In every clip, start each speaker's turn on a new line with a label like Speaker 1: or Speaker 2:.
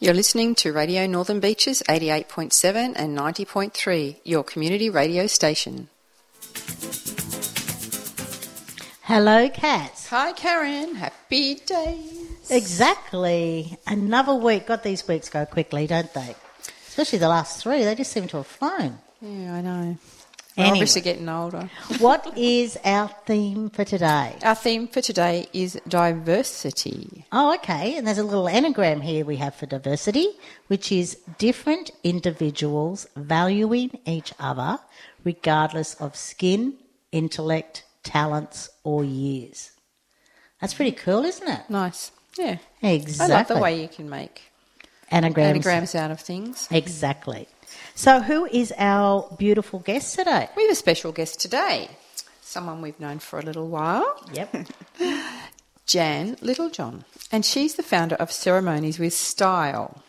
Speaker 1: You're listening to Radio Northern Beaches 88.7 and 90.3, your community radio station.
Speaker 2: Hello, Kaz.
Speaker 1: Hi, Karen. Happy days.
Speaker 2: Exactly. Another week. God, these weeks go quickly, don't they? Especially the last three. They just seem to have flown.
Speaker 1: Yeah, I know. We're
Speaker 2: Anyway.
Speaker 1: obviously getting older.
Speaker 2: what is our theme for today?
Speaker 1: Our theme for today is diversity.
Speaker 2: Oh, okay. And there's a little anagram here we have for diversity, which is different individuals valuing each other regardless of skin, intellect, talents, or years. That's pretty cool, isn't it?
Speaker 1: Nice. Yeah.
Speaker 2: Exactly.
Speaker 1: I like the way you can make
Speaker 2: Anagrams.
Speaker 1: anagrams out of things.
Speaker 2: Exactly. So, who is our beautiful guest today?
Speaker 1: We have a special guest today, someone we've known for a little while,
Speaker 2: Yep.
Speaker 1: Jan Littlejohn, and she's the founder of Ceremonies with Style.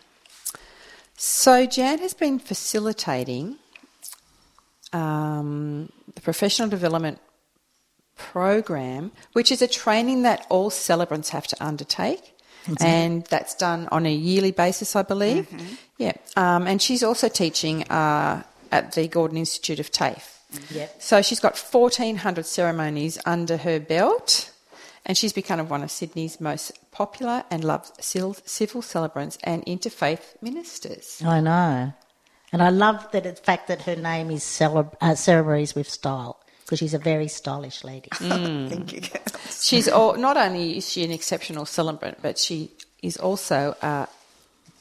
Speaker 1: So, Jan has been facilitating um, the professional development program, which is a training that all celebrants have to undertake. And that's done on a yearly basis, I believe. Yeah. Um, and she's also teaching uh, at the Gordon Institute of TAFE.
Speaker 2: Yep.
Speaker 1: So she's got 1,400 ceremonies under her belt. And she's become one of Sydney's most popular and loved civil civil celebrants and interfaith ministers.
Speaker 2: I know. And I love that the fact that her name is celeb- uh, Ceremonies with Style, because she's a very stylish lady.
Speaker 3: Thank you, Kaz.
Speaker 1: She's all, not only is she an exceptional celebrant, but she is also a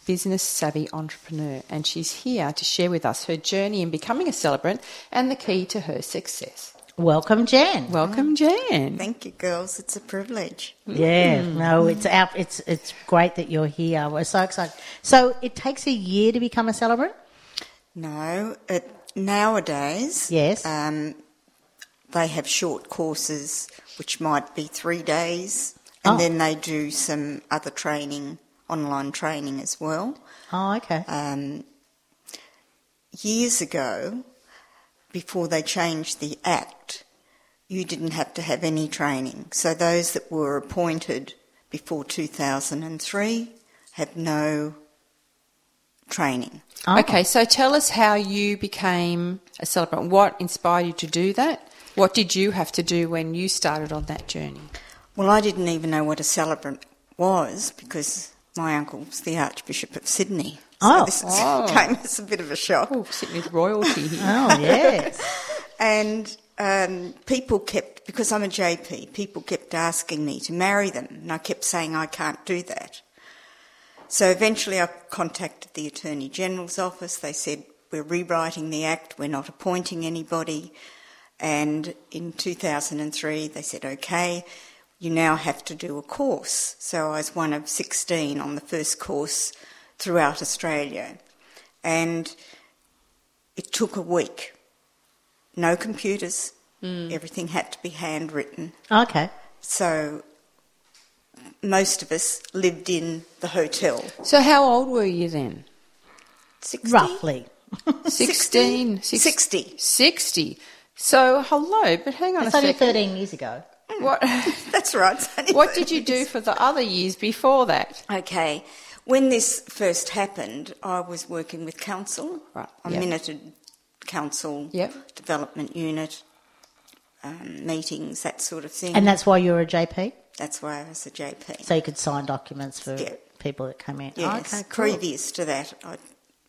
Speaker 1: business savvy entrepreneur, and she's here to share with us her journey in becoming a celebrant and the key to her success.
Speaker 2: Welcome, Jan.
Speaker 1: Welcome, Jan.
Speaker 3: Thank you, girls. It's a privilege.
Speaker 2: Yeah, no, it's our, it's it's great that you're here. We're so excited. So it takes a year to become a celebrant.
Speaker 3: No, it, nowadays,
Speaker 2: Yes.
Speaker 3: um, they have short courses, which might be three days, and
Speaker 2: Oh.
Speaker 3: then they do some other training, online training as well.
Speaker 2: Oh, okay.
Speaker 3: Um, years ago, before they changed the Act, you didn't have to have any training. So those that were appointed before 2003 had no training.
Speaker 2: Oh.
Speaker 1: Okay, so tell us how you became a celebrant. What inspired you to do that? What did you have to do when you started on that journey?
Speaker 3: Well, I didn't even know what a celebrant was because my uncle was the Archbishop of Sydney.
Speaker 2: Oh.
Speaker 3: so this is-
Speaker 1: Oh.
Speaker 3: came as a bit of a shock.
Speaker 1: Oh, sitting with royalty here.
Speaker 2: Oh, yes.
Speaker 3: And um, people kept, because I'm a JP, people kept asking me to marry them, and I kept saying I can't do that. So eventually I contacted the Attorney General's office. They said, We're rewriting the Act, we're not appointing anybody. And in 2003, they said, OK, you now have to do a course. So I was one of 16 on the first course throughout Australia. And it took a week. No computers,
Speaker 1: Mm.
Speaker 3: everything had to be handwritten.
Speaker 2: Okay.
Speaker 3: So most of us lived in the hotel.
Speaker 1: So, how old were you then?
Speaker 3: 60?
Speaker 2: Roughly.
Speaker 1: 16. Six-
Speaker 3: 60.
Speaker 1: 60. So, hello, but hang on
Speaker 2: It's
Speaker 1: a
Speaker 2: only
Speaker 1: second.
Speaker 2: thirteen years ago.
Speaker 1: What,
Speaker 3: That's right.
Speaker 1: what did you do for the other years before that?
Speaker 3: Okay. When this first happened, I was working with council.
Speaker 1: Right,
Speaker 3: I
Speaker 1: yeah.
Speaker 3: minuted council,
Speaker 1: Yep.
Speaker 3: development unit, um, meetings, that sort of thing.
Speaker 2: And that's why you're a JP,
Speaker 3: That's why I was a JP.
Speaker 2: so you could sign documents for
Speaker 3: Yeah.
Speaker 2: people that come in.
Speaker 3: Yes.
Speaker 2: Okay, cool.
Speaker 3: Previous to that, I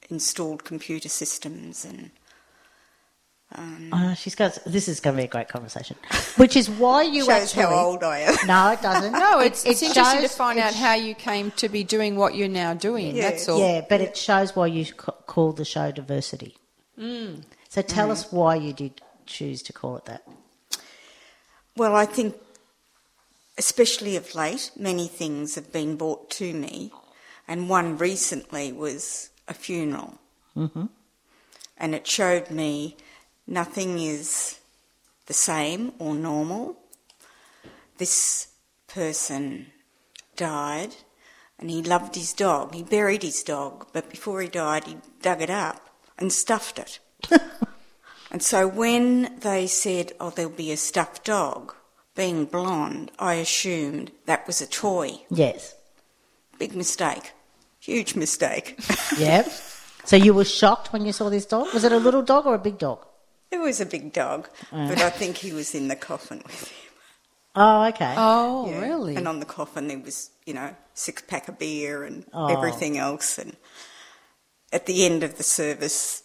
Speaker 3: installed computer systems and
Speaker 2: Oh, she's got. This is going to be a great conversation, which is why you
Speaker 3: shows
Speaker 2: actually.
Speaker 3: how old I am.
Speaker 2: No, it doesn't.
Speaker 1: No, it's, it's interesting to
Speaker 2: shows-
Speaker 1: find
Speaker 2: it
Speaker 1: out how you came to be doing what you're now doing.
Speaker 3: Yeah.
Speaker 1: That's all.
Speaker 2: Yeah, but it shows why you ca- call the show diversity. So tell us why you did choose to call it that.
Speaker 3: Well, I think, especially of late, many things have been brought to me, and one recently was a funeral. and it showed me nothing is the same or normal. This person died and he loved his dog. He buried his dog, but before he died, he dug it up and stuffed it. and so when they said, Oh, there'll be a stuffed dog, being blonde, I assumed that was a toy.
Speaker 2: Yes.
Speaker 3: Big mistake. Huge mistake.
Speaker 2: Yep. So you were shocked when you saw this dog? Was it a little dog or a big dog?
Speaker 3: it was a big dog, but I think he was in the coffin with him.
Speaker 2: Oh, okay.
Speaker 1: Oh,
Speaker 3: Yeah.
Speaker 1: really?
Speaker 3: And on the coffin there was, you know, six pack of beer and
Speaker 2: Oh.
Speaker 3: everything else. And at the end of the service,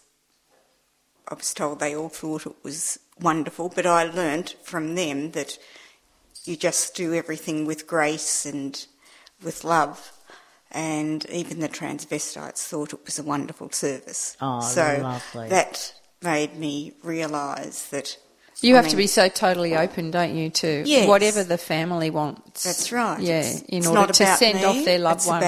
Speaker 3: I was told they all thought it was wonderful, but I learnt from them that you just do everything with grace and with love. And even the transvestites thought it was a wonderful service.
Speaker 2: Oh,
Speaker 3: so
Speaker 2: lovely.
Speaker 3: that made me realise that
Speaker 1: You
Speaker 3: I
Speaker 1: have to
Speaker 3: mean-
Speaker 1: be so totally open, don't you, to
Speaker 3: Yes.
Speaker 1: whatever the family wants.
Speaker 3: That's right.
Speaker 1: Yeah,
Speaker 3: It's-
Speaker 1: in
Speaker 3: it's
Speaker 1: order
Speaker 3: not
Speaker 1: to
Speaker 3: about
Speaker 1: send
Speaker 3: me,
Speaker 1: off their loved
Speaker 3: it's
Speaker 1: one. Hmm.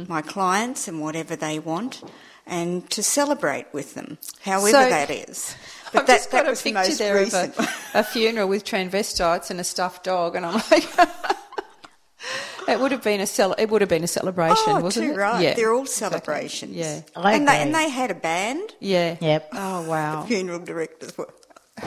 Speaker 3: about my clients and whatever they want, and to celebrate with them, however
Speaker 1: So-
Speaker 3: that is.
Speaker 1: I've just got a picture there
Speaker 3: recent Oh,
Speaker 1: of
Speaker 3: one.
Speaker 1: a, a funeral with transvestites and a stuffed dog, and I'm like, it would have been a cel- it would have been a celebration,
Speaker 3: Oh,
Speaker 1: wasn't
Speaker 3: too
Speaker 1: it?
Speaker 3: right.
Speaker 1: Yeah.
Speaker 3: They're all
Speaker 1: Exactly.
Speaker 3: celebrations.
Speaker 1: Yeah,
Speaker 2: I
Speaker 3: and they,
Speaker 2: agree.
Speaker 3: and they had a band.
Speaker 1: yeah,
Speaker 2: Yep.
Speaker 1: Oh
Speaker 3: The
Speaker 1: wow.
Speaker 3: funeral directors were.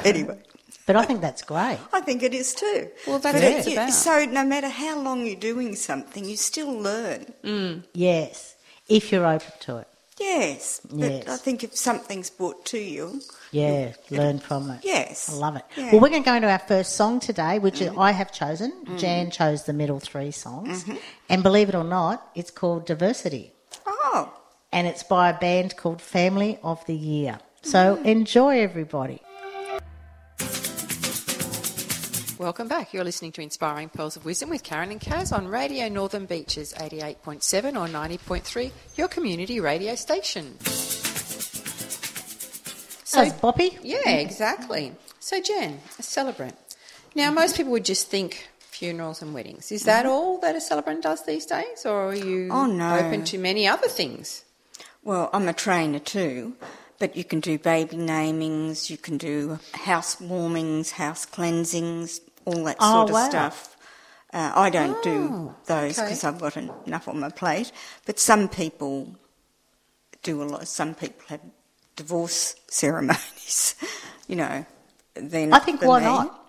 Speaker 3: Anyway,
Speaker 2: But I think that's great.
Speaker 3: I think it is too.
Speaker 1: Well, that's
Speaker 3: But
Speaker 1: what
Speaker 3: it-
Speaker 1: it's
Speaker 3: you-
Speaker 1: about.
Speaker 3: So no matter how long you're doing something, you still learn.
Speaker 2: Yes. If you're open to it.
Speaker 3: Yes. But
Speaker 2: Yes.
Speaker 3: I think if something's brought to you,
Speaker 2: Yeah. Learn from it.
Speaker 3: yes.
Speaker 2: I love it.
Speaker 3: Yeah.
Speaker 2: Well, we're going to go into our first song today, which I have chosen. Jan chose the middle three songs. And believe it or not, it's called Diversity.
Speaker 3: Oh.
Speaker 2: And it's by a band called Family of the Year. So enjoy, everybody.
Speaker 1: Welcome back. You're listening to Inspiring Pearls of Wisdom with Karen and Kaz on Radio Northern Beaches 88.7 or 90.3, your community radio station.
Speaker 2: So,
Speaker 1: So-
Speaker 2: Boppy.
Speaker 1: Yeah, exactly. So, Jen, a celebrant. Now, most people would just think funerals and weddings. Is that all that a celebrant does these days, or are you
Speaker 3: Mm-hmm. Oh, no.
Speaker 1: open to many other things?
Speaker 3: Well, I'm a trainer too, but you can do baby namings, you can do house warmings, house cleansings, all that
Speaker 2: Oh,
Speaker 3: sort of
Speaker 2: wow.
Speaker 3: stuff. Uh, I don't do
Speaker 1: Oh,
Speaker 3: those
Speaker 1: okay.
Speaker 3: because I've got en- enough on my plate, but some people do a lot. Some people have divorce ceremonies, you know. Then
Speaker 2: I think
Speaker 3: for
Speaker 2: why
Speaker 3: me-
Speaker 2: not?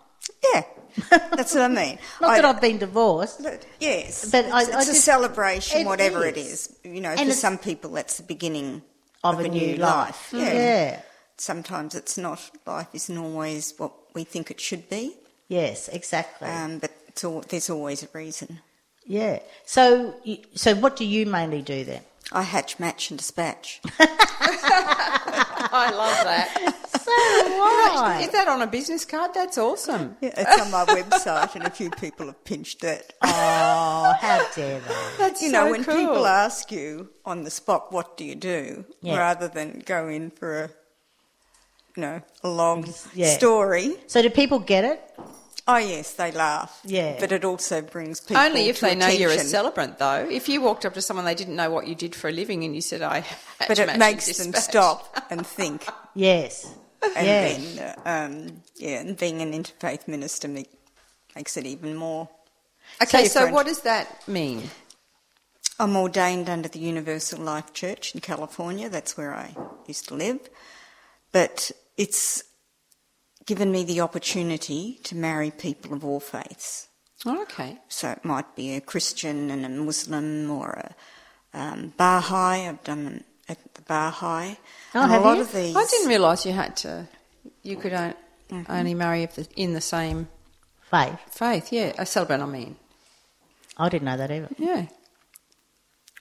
Speaker 3: Yeah, that's what I mean.
Speaker 2: Not
Speaker 3: I-
Speaker 2: that I've been divorced.
Speaker 3: but- Yes,
Speaker 2: But
Speaker 3: it's,
Speaker 2: I-
Speaker 3: it's
Speaker 2: I
Speaker 3: a
Speaker 2: just-
Speaker 3: celebration,
Speaker 2: it
Speaker 3: whatever it
Speaker 2: is.
Speaker 3: is. You know,
Speaker 2: And
Speaker 3: for
Speaker 2: it's-
Speaker 3: some people, that's the beginning
Speaker 2: Of a new life. Mm-hmm.
Speaker 3: Yeah.
Speaker 2: Yeah.
Speaker 3: Sometimes it's not life isn't always what we think it should be,
Speaker 2: Yes, exactly.
Speaker 3: um, but it's all, there's always a reason.
Speaker 2: yeah. So, you- so what do you mainly do then?
Speaker 3: I hatch, match, and dispatch.
Speaker 1: I love that.
Speaker 2: So why?
Speaker 1: Is that on a business card? That's awesome.
Speaker 3: It's on my website, and a few people have pinched it.
Speaker 2: oh, how dare they?
Speaker 1: That's
Speaker 3: you
Speaker 1: so
Speaker 3: know, when
Speaker 1: cool.
Speaker 3: people ask you on the spot, what do you do,
Speaker 2: Yeah.
Speaker 3: rather than go in for a, you know, a long
Speaker 2: Yeah.
Speaker 3: story.
Speaker 2: So do people get it?
Speaker 3: Oh yes, they laugh.
Speaker 2: Yeah.
Speaker 3: but it also brings people
Speaker 1: Only if
Speaker 3: to
Speaker 1: they know you're a
Speaker 3: attention.
Speaker 1: celebrant, though. If you walked up to someone they didn't know what you did for a living and you said, "I," hatch,
Speaker 3: But
Speaker 1: match,
Speaker 3: it
Speaker 1: and
Speaker 3: makes them
Speaker 1: dispatch.
Speaker 3: stop and think,
Speaker 2: Yes.
Speaker 3: and
Speaker 2: Yeah.
Speaker 3: then uh, um, yeah, and being an interfaith minister ma- makes it even more.
Speaker 1: Okay, so
Speaker 3: different.
Speaker 1: what does that mean?
Speaker 3: I'm ordained under the Universal Life Church in California. That's where I used to live, but it's given me the opportunity to marry people of all faiths.
Speaker 1: Oh, okay.
Speaker 3: So it might be a Christian and a Muslim or a um, Baha'i. I've done them at the Baha'i.
Speaker 2: Oh,
Speaker 3: and
Speaker 2: have
Speaker 3: a lot
Speaker 2: you?
Speaker 3: of these.
Speaker 1: I didn't realise you had to. You could on, only marry if the, in the same
Speaker 2: Faith.
Speaker 1: faith. Yeah, a celebrant. I mean,
Speaker 2: I didn't know that either.
Speaker 1: yeah,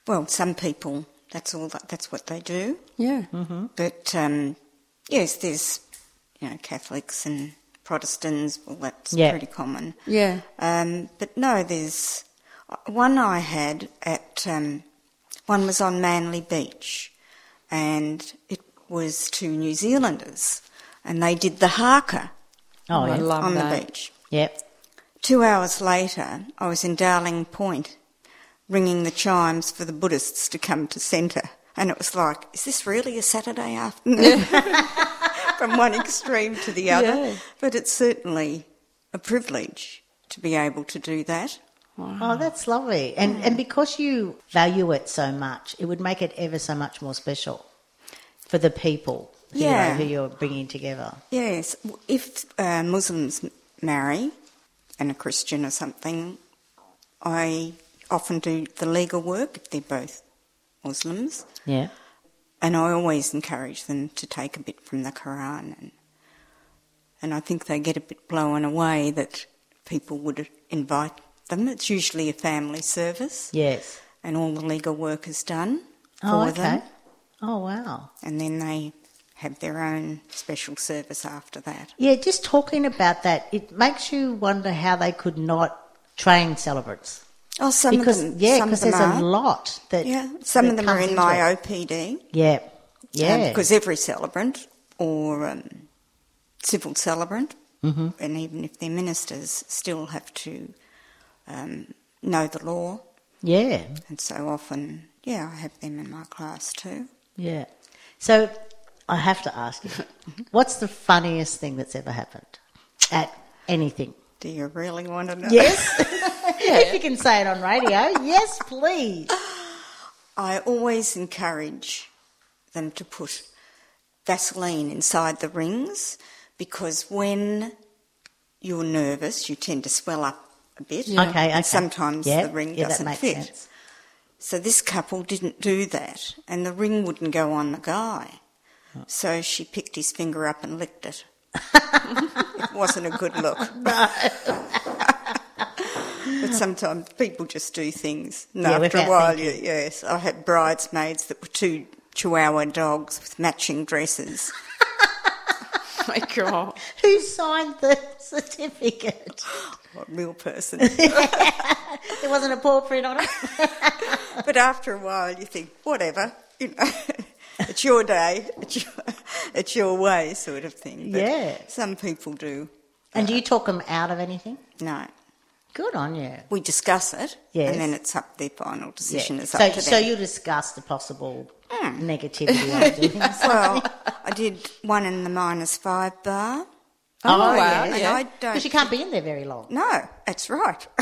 Speaker 3: Well, some people. That's all. That, that's what they do.
Speaker 1: yeah.
Speaker 2: Mm-hmm.
Speaker 3: But um, yes, there's you know Catholics and Protestants. Well, that's
Speaker 2: Yeah.
Speaker 3: pretty common.
Speaker 1: Yeah.
Speaker 3: Um, but no, there's uh, one I had at um, one was on Manly Beach, and it was two New Zealanders, and they did the haka
Speaker 2: Oh, yeah.
Speaker 1: I love
Speaker 3: on
Speaker 1: that.
Speaker 3: the beach.
Speaker 2: Yep.
Speaker 3: Two hours later, I was in Darling Point, ringing the chimes for the Buddhists to come to centre. And it was like, is this really a Saturday afternoon? From one extreme to the other.
Speaker 1: Yeah.
Speaker 3: But it's certainly a privilege to be able to do that.
Speaker 2: Oh, that's lovely. And and because you value it so much, it would make it ever so much more special for the people you know,
Speaker 3: Yeah.
Speaker 2: who you're bringing together.
Speaker 3: Yes, w- if uh, Muslims m- marry and a Christian or something, I often do the legal work if they're both Muslims,
Speaker 2: Yeah.
Speaker 3: and I always encourage them to take a bit from the Quran, and and I think they get a bit blown away that people would invite them. It's usually a family service,
Speaker 2: Yes.
Speaker 3: and all the legal work is done for
Speaker 2: Oh, okay.
Speaker 3: them,
Speaker 2: Oh, wow.
Speaker 3: and then they have their own special service after that.
Speaker 2: Yeah, just talking about that, it makes you wonder how they could not train celebrants.
Speaker 3: Oh, some
Speaker 2: because
Speaker 3: of them,
Speaker 2: yeah,
Speaker 3: some
Speaker 2: because
Speaker 3: of them
Speaker 2: there's
Speaker 3: are.
Speaker 2: a lot that
Speaker 3: Yeah, some
Speaker 2: that
Speaker 3: of them are
Speaker 2: comes
Speaker 3: in
Speaker 2: into
Speaker 3: my
Speaker 2: it.
Speaker 3: OPD.
Speaker 2: Yeah. Yeah.
Speaker 3: Because um, every celebrant or um, civil celebrant,
Speaker 2: Mm-hmm.
Speaker 3: and even if they're ministers, still have to um, know the law.
Speaker 2: yeah.
Speaker 3: And so often, yeah, I have them in my class too.
Speaker 2: Yeah. So I have to ask you, what's the funniest thing that's ever happened at anything?
Speaker 3: Do you really want to know?
Speaker 2: Yes. if you can say it on radio, yes, please.
Speaker 3: I always encourage them to put Vaseline inside the rings because when you're nervous, you tend to swell up a bit.
Speaker 2: Okay, okay.
Speaker 3: And sometimes
Speaker 2: Yeah,
Speaker 3: the ring
Speaker 2: yeah, that
Speaker 3: doesn't
Speaker 2: makes
Speaker 3: fit.
Speaker 2: sense.
Speaker 3: So this couple didn't do that, and the ring wouldn't go on the guy. So she picked his finger up and licked it. it wasn't a good look. but sometimes people just do things. No,
Speaker 2: Yeah,
Speaker 3: after a
Speaker 2: without
Speaker 3: while, you, yes. I had bridesmaids that were two chihuahua dogs with matching dresses.
Speaker 1: My God.
Speaker 2: Who signed the certificate?
Speaker 3: A real person.
Speaker 2: There wasn't a portrait on it.
Speaker 3: but after a while, you think, whatever, you know, it's your day, it's your, it's your way, sort of thing. But
Speaker 2: Yeah.
Speaker 3: Some people do.
Speaker 2: And do you talk them out of anything?
Speaker 3: No.
Speaker 2: Good on you.
Speaker 3: We discuss it,
Speaker 2: Yes.
Speaker 3: and then it's up their final decision.
Speaker 2: Yeah.
Speaker 3: Is
Speaker 2: So,
Speaker 3: up to
Speaker 2: so
Speaker 3: them.
Speaker 2: you discuss the possible negativity of doing things.
Speaker 3: well, I did one in the minus five bar.
Speaker 1: Oh, wow,
Speaker 3: and
Speaker 1: yeah.
Speaker 3: I
Speaker 2: Because you
Speaker 3: don't.
Speaker 2: can't be in there very long.
Speaker 3: No, that's right.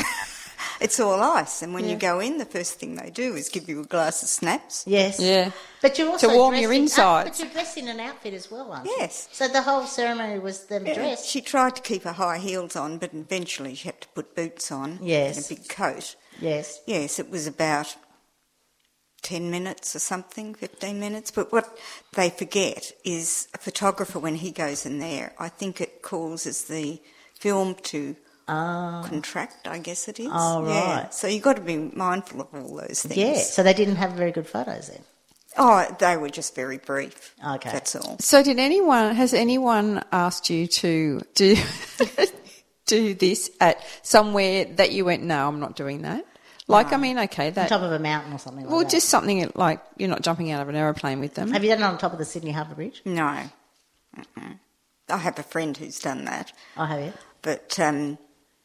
Speaker 3: it's all ice, and when you go in, the first thing they do is give you a glass of snaps.
Speaker 2: Yes.
Speaker 1: Yeah.
Speaker 2: But you're also
Speaker 1: warm
Speaker 2: dressed
Speaker 1: your
Speaker 2: in-
Speaker 1: insides.
Speaker 2: but you're dressed in an outfit as well, aren't you?
Speaker 3: Yes.
Speaker 2: So the whole ceremony was them
Speaker 3: Yeah,
Speaker 2: dressed.
Speaker 3: She tried to keep her high heels on, but eventually she had to put boots on
Speaker 2: Yes.
Speaker 3: and a big coat.
Speaker 2: Yes.
Speaker 3: Yes, it was about 10 minutes or something, 15 minutes. But what they forget is a photographer, when he goes in there, I think it causes the film to
Speaker 2: Ah.
Speaker 3: contract, I guess it is.
Speaker 2: Oh,
Speaker 3: Yeah.
Speaker 2: right.
Speaker 3: So you've got to be mindful of all those things.
Speaker 2: Yeah. So they didn't have very good photos then.
Speaker 3: Oh, they were just very brief.
Speaker 2: Okay.
Speaker 3: That's all.
Speaker 1: So, did anyone has anyone asked you to do do this at somewhere that you went? No, I'm not doing that. Like, I mean, okay,
Speaker 2: On
Speaker 1: that
Speaker 2: top of a mountain or something like
Speaker 1: Uh, well,
Speaker 2: that.
Speaker 1: just something like you're not jumping out of an aeroplane with them.
Speaker 2: Have you done it on top of the Sydney Harbour Bridge?
Speaker 3: No. Mm-mm. I have a friend who's done that.
Speaker 2: I have you?
Speaker 3: But um,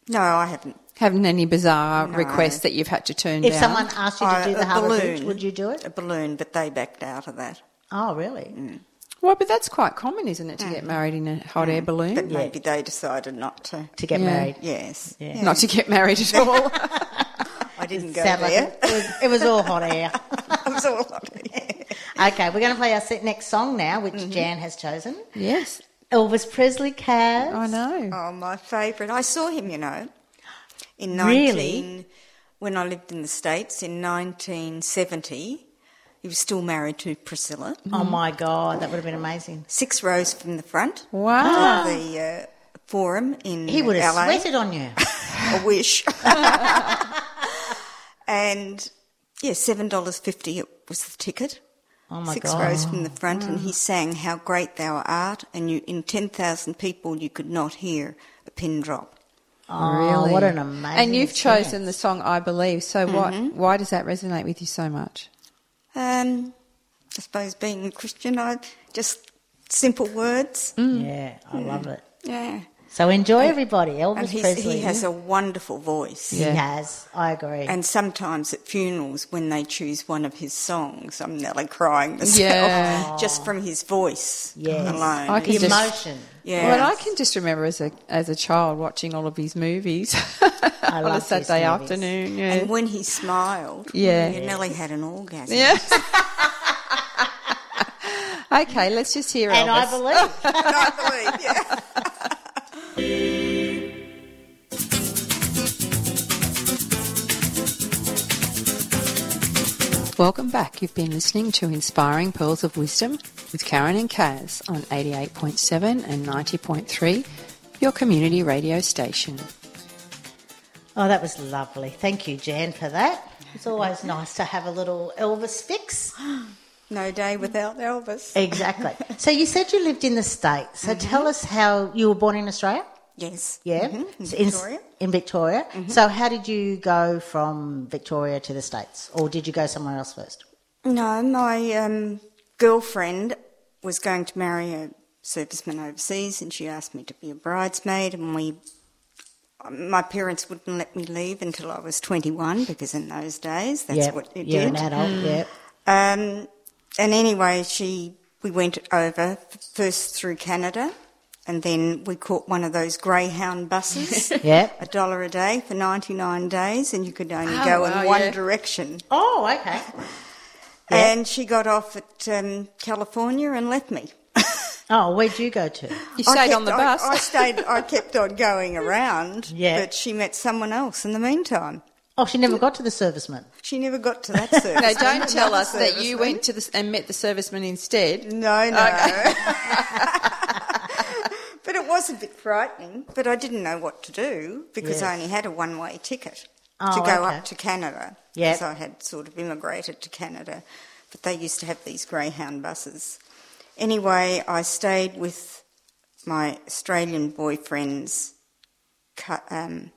Speaker 3: no, I haven't.
Speaker 1: Having any bizarre
Speaker 3: No.
Speaker 1: requests that you've had to turn
Speaker 2: If
Speaker 1: down?
Speaker 2: someone asked you to
Speaker 1: Uh,
Speaker 3: I-
Speaker 2: do
Speaker 3: a
Speaker 2: the Harbour Bridge,
Speaker 3: balloon.
Speaker 2: would you do it?
Speaker 3: A balloon, but they backed out of that.
Speaker 2: Oh, really?
Speaker 1: mm. well, but that's quite common, isn't it, to get married in a hot air balloon?
Speaker 3: But maybe they decided not to.
Speaker 2: To get
Speaker 1: Yeah.
Speaker 2: married?
Speaker 3: Yes.
Speaker 2: Yeah.
Speaker 1: Not to get married at all.
Speaker 3: I didn't go
Speaker 2: Sound like
Speaker 3: there.
Speaker 2: it, it was, it was all hot air.
Speaker 3: I was all on it.
Speaker 2: Okay, we're going to play our se- next song now, which
Speaker 1: Mm-hmm.
Speaker 2: Jan has chosen.
Speaker 1: yes,
Speaker 2: Elvis Presley, Cavs.
Speaker 1: I know.
Speaker 3: Oh, my favourite. I saw him, you know, in 19...
Speaker 2: Really?
Speaker 3: When I lived in the States in 1970. He was still married to Priscilla.
Speaker 2: Oh my God, that would have been amazing.
Speaker 3: Six rows from the front.
Speaker 1: Wow.
Speaker 3: Of the uh, forum in
Speaker 2: Ah. He would have
Speaker 3: LA.
Speaker 2: sweated on you.
Speaker 3: a wish. and yeah, seven dollars fifty it was the ticket.
Speaker 2: Oh
Speaker 3: Six
Speaker 2: my God.
Speaker 3: rows from the front, and
Speaker 1: Mm.
Speaker 3: he sang "How Great Thou Art," and you, in ten thousand people, you could not hear a pin drop.
Speaker 2: Oh, what an amazing.
Speaker 1: And you've
Speaker 2: experience.
Speaker 1: chosen the song I Believe. So what why does that resonate with you so much?
Speaker 3: Um, I suppose
Speaker 1: Mm.
Speaker 3: being a Christian, I just simple words.
Speaker 2: Yeah, I love it.
Speaker 3: Yeah,
Speaker 2: So enjoy everybody.
Speaker 3: Hmm. And
Speaker 2: Elvis
Speaker 3: he's,
Speaker 2: Presley.
Speaker 3: he has a wonderful voice.
Speaker 2: He
Speaker 1: Yeah.
Speaker 2: has. I agree.
Speaker 3: And sometimes at funerals, when they choose one of his songs, I'm nearly crying myself
Speaker 1: Yeah.
Speaker 3: just from his voice
Speaker 2: Yes.
Speaker 3: alone.
Speaker 1: I
Speaker 2: the
Speaker 1: can just-
Speaker 2: emotion.
Speaker 3: yeah.
Speaker 1: Well, I can just remember as a as a child watching all of his movies on a
Speaker 2: love his
Speaker 1: Saturday
Speaker 2: movies.
Speaker 1: afternoon. Yeah.
Speaker 3: And when he smiled,
Speaker 1: Yeah.
Speaker 3: you nearly had an orgasm.
Speaker 1: Yeah. okay, let's just hear
Speaker 2: And I
Speaker 1: Elvis.
Speaker 2: believe.
Speaker 3: I believe, yeah.
Speaker 1: Welcome back. You've been listening to Inspiring Pearls of Wisdom with Karen and Kaz on 88.7 and 90.3, your community radio station.
Speaker 2: Oh, that was lovely. Thank you, Jan, for that. It's always
Speaker 3: Mm-hmm.
Speaker 2: nice to have a little Elvis fix.
Speaker 3: No day without Elvis.
Speaker 2: Exactly. so you said you lived in the States. So
Speaker 3: Mm-hmm.
Speaker 2: tell us how you were born in Australia.
Speaker 3: Yes.
Speaker 2: Yeah.
Speaker 3: Mhm,
Speaker 2: So in-
Speaker 3: in Victoria. Mm-hmm.
Speaker 2: In, Victoria. So how did you go from Victoria to the States? Or did you go somewhere else first?
Speaker 3: No, my um, girlfriend was going to marry a serviceman overseas, and she asked me to be a bridesmaid, and we. My parents wouldn't let me leave until I was 21 because in those days that's
Speaker 2: Yep.
Speaker 3: what you
Speaker 2: You're
Speaker 3: did.
Speaker 2: an adult.
Speaker 1: Mm.
Speaker 2: Yep.
Speaker 3: Um, and anyway, she we went over f- first through Canada, and then we caught one of those Greyhound buses.
Speaker 2: Yep.
Speaker 3: A dollar a day for 99 days, and you could only
Speaker 1: Oh,
Speaker 3: go
Speaker 1: wow,
Speaker 3: in one
Speaker 1: yeah.
Speaker 3: direction.
Speaker 2: Oh, okay.
Speaker 3: And she got off at um, California and left me.
Speaker 2: Oh, where'd you go to?
Speaker 1: You
Speaker 3: I
Speaker 1: stayed
Speaker 3: kept-
Speaker 1: on the
Speaker 3: I-
Speaker 1: bus.
Speaker 3: I, stayed. I kept on going around.
Speaker 2: Yeah.
Speaker 3: But she met someone else in the meantime.
Speaker 2: Oh, she never got to the serviceman.
Speaker 3: She never got to that service.
Speaker 1: no, don't tell
Speaker 3: Another
Speaker 1: us that you
Speaker 3: serviceman.
Speaker 1: went to the, and met the serviceman instead.
Speaker 3: No, no. but it was a bit frightening. But I didn't know what to do because
Speaker 2: Yes.
Speaker 3: I only had a one-way ticket
Speaker 2: Oh,
Speaker 3: to go
Speaker 2: okay.
Speaker 3: up to Canada.
Speaker 2: Yep.
Speaker 3: Because I had sort of immigrated to Canada, but they used to have these Greyhound buses. Anyway, I stayed with my Australian boyfriend's cu- um,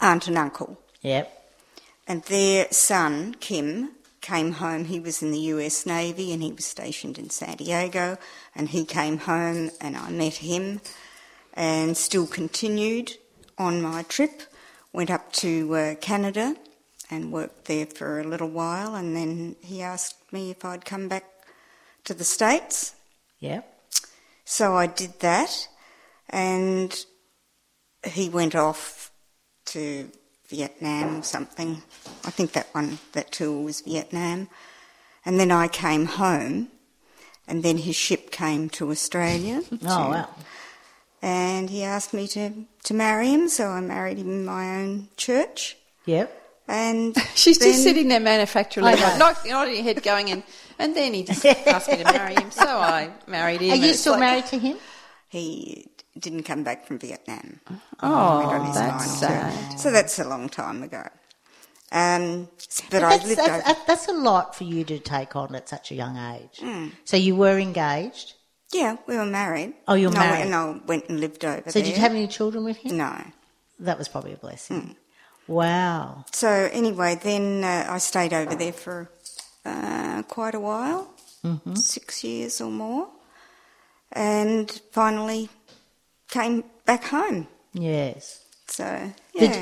Speaker 3: aunt and uncle.
Speaker 2: Yep.
Speaker 3: And their son, Kim, came home. He was in the US Navy and he was stationed in San Diego. And he came home and I met him and still continued on my trip. Went up to uh, Canada and worked there for a little while. And then he asked me if I'd come back to the States.
Speaker 2: Yep.
Speaker 3: So I did that, and he went off to Vietnam or something. I think that one, that tour was Vietnam. And then I came home, and then his ship came to Australia.
Speaker 2: Oh, wow.
Speaker 3: And he asked me to, to marry him, so I married him in my own church.
Speaker 2: Yep.
Speaker 3: And
Speaker 1: She's just
Speaker 3: then-
Speaker 1: sitting there manufacturally,
Speaker 2: I know.
Speaker 1: not, not in your head going in. And then he just asked me to marry him, so I married him.
Speaker 2: Are
Speaker 1: and
Speaker 2: you
Speaker 1: it's
Speaker 2: still
Speaker 1: like-
Speaker 2: married to him?
Speaker 3: He didn't come back from Vietnam. on
Speaker 1: Oh,
Speaker 3: his
Speaker 1: that's
Speaker 3: final
Speaker 1: sad.
Speaker 3: So that's a long time ago. Um, s- but I
Speaker 2: that's,
Speaker 3: lived
Speaker 2: that's,
Speaker 3: over-
Speaker 2: that- that's a lot for you to take on at such a young age.
Speaker 3: Hmm.
Speaker 2: So you were engaged.
Speaker 3: Yeah, we were married.
Speaker 2: Oh, you were
Speaker 3: and
Speaker 2: married.
Speaker 3: I went- and I went and lived over
Speaker 2: So
Speaker 3: there.
Speaker 2: did you have any children with him?
Speaker 3: No. Hmm.
Speaker 2: That was probably a blessing. Wow.
Speaker 3: So anyway, then uh, I stayed over there for uh, quite a while,
Speaker 2: Mm-hmm.
Speaker 3: six years or more, and finally came back home.
Speaker 2: Yes.
Speaker 3: So yeah.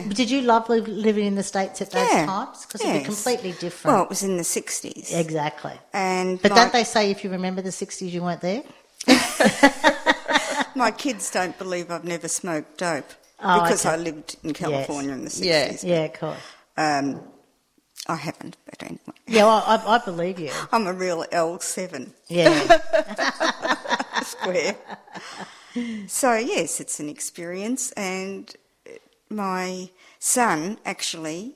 Speaker 2: Did, did you love li- living in the States at those
Speaker 3: Yeah.
Speaker 2: times? Because it'd
Speaker 3: Yes.
Speaker 2: be completely different.
Speaker 3: well, it was in the 60s.
Speaker 2: exactly.
Speaker 3: And
Speaker 2: But
Speaker 3: my,
Speaker 2: don't they say if you remember the 60s, you weren't there?
Speaker 3: my kids don't believe I've never smoked dope
Speaker 2: Oh,
Speaker 3: because
Speaker 2: okay.
Speaker 3: I lived in California in the 60s.
Speaker 1: Yeah.
Speaker 2: Yeah, of course.
Speaker 3: Um, I haven't, but anyway.
Speaker 2: Yeah, well, I, I believe you.
Speaker 3: I'm a real L7.
Speaker 2: Yeah.
Speaker 3: square. so yes, it's an experience, and my son actually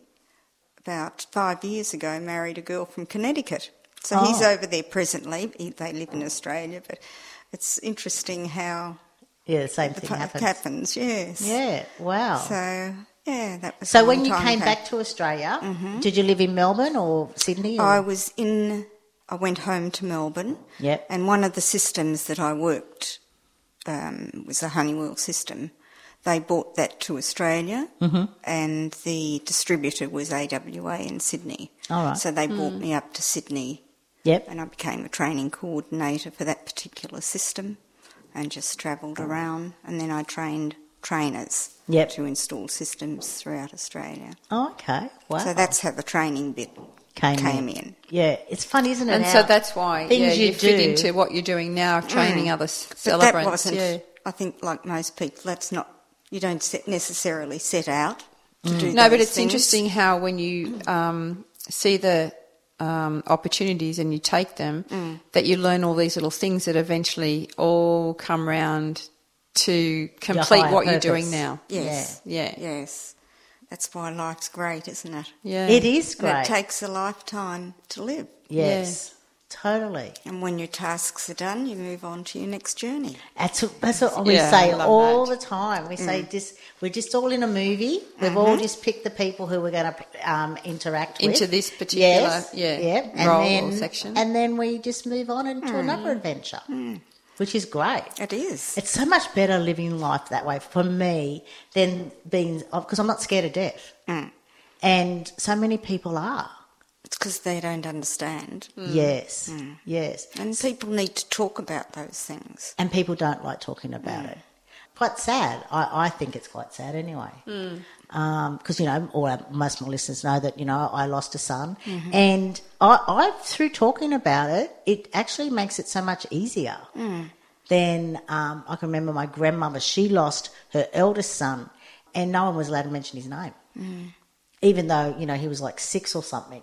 Speaker 3: about five years ago married a girl from Connecticut. So he's
Speaker 2: Oh.
Speaker 3: over there presently. He- They live in Australia, but it's interesting how
Speaker 2: yeah, the same
Speaker 3: the
Speaker 2: thing
Speaker 3: pa-
Speaker 2: happens.
Speaker 3: happens. Yes.
Speaker 2: Yeah, wow.
Speaker 3: So
Speaker 2: So,
Speaker 3: yeah, that was. a
Speaker 2: Oh. when
Speaker 3: long
Speaker 2: you
Speaker 3: time
Speaker 2: came
Speaker 3: ago.
Speaker 2: back to Australia, did you live in Melbourne or Sydney? Or?
Speaker 3: I was in. I went home to Melbourne.
Speaker 2: Yep.
Speaker 3: And one of the systems that I worked um, was the Honeywell system. They bought that to Australia,
Speaker 2: Mm-hmm.
Speaker 3: and the distributor was AWA in Sydney.
Speaker 2: All right. Mm.
Speaker 3: So they brought me up to Sydney,
Speaker 2: yep.
Speaker 3: and I became a training coordinator for that particular system. and just travelled around. And then I trained trainers
Speaker 2: Oh. Yep.
Speaker 3: to install systems throughout Australia.
Speaker 2: Oh, okay. Wow.
Speaker 3: So that's how the training bit
Speaker 2: came,
Speaker 3: came
Speaker 2: in.
Speaker 3: in.
Speaker 2: Yeah, it's fun, isn't it?
Speaker 1: And
Speaker 2: how
Speaker 1: so that's why
Speaker 2: things
Speaker 1: yeah,
Speaker 2: you,
Speaker 1: you, fit
Speaker 2: do- Mm.
Speaker 1: into what you're doing now, training other s-
Speaker 3: But
Speaker 1: celebrants.
Speaker 3: that wasn't,
Speaker 1: yeah.
Speaker 3: I think, like most people, that's not, you don't set, necessarily set out to do
Speaker 1: Mm. No, but
Speaker 3: those
Speaker 1: it's
Speaker 3: things.
Speaker 1: interesting how when you um, see the um, opportunities and you take them, that you learn all these little things that eventually all come round to
Speaker 2: your
Speaker 1: complete
Speaker 2: higher
Speaker 1: what
Speaker 2: purpose.
Speaker 1: you're doing now.
Speaker 3: Yes.
Speaker 1: Yeah. Yeah.
Speaker 3: Yes. That's why life's great, isn't it?
Speaker 1: Yeah.
Speaker 2: It is
Speaker 3: And
Speaker 2: great.
Speaker 3: it takes a lifetime to live.
Speaker 2: yes, totally.
Speaker 3: And when your tasks are done, you move on to your next journey.
Speaker 2: That's what, that's what we
Speaker 1: Yeah,
Speaker 2: say
Speaker 1: I love
Speaker 2: all
Speaker 1: that.
Speaker 2: the time. We
Speaker 3: Mm.
Speaker 2: say this. We're just all in a movie. We've all
Speaker 3: Mm-hmm.
Speaker 2: just picked the people who we're going to um, interact with
Speaker 1: Into this particular,
Speaker 2: Yes,
Speaker 1: yeah,
Speaker 2: yep, and
Speaker 1: role or
Speaker 2: then,
Speaker 1: section.
Speaker 2: and then we just move on into
Speaker 3: Mm.
Speaker 2: another adventure, which is great.
Speaker 3: It is.
Speaker 2: It's so much better living life that way for me than being because I'm not scared of death, and so many people are.
Speaker 3: It's because they don't understand.
Speaker 1: Mm.
Speaker 2: Yes, yes.
Speaker 3: And people need to talk about those things.
Speaker 2: and people don't like talking about it. Quite sad. I, I think it's quite sad anyway. Because, you know, all, most of my listeners know that, you know, I lost a son. And I, I, through talking about it, it actually makes it so much easier. Then um, I can remember my grandmother, she lost her eldest son, and no one was allowed to mention his name. Even though, you know, he was like six or something.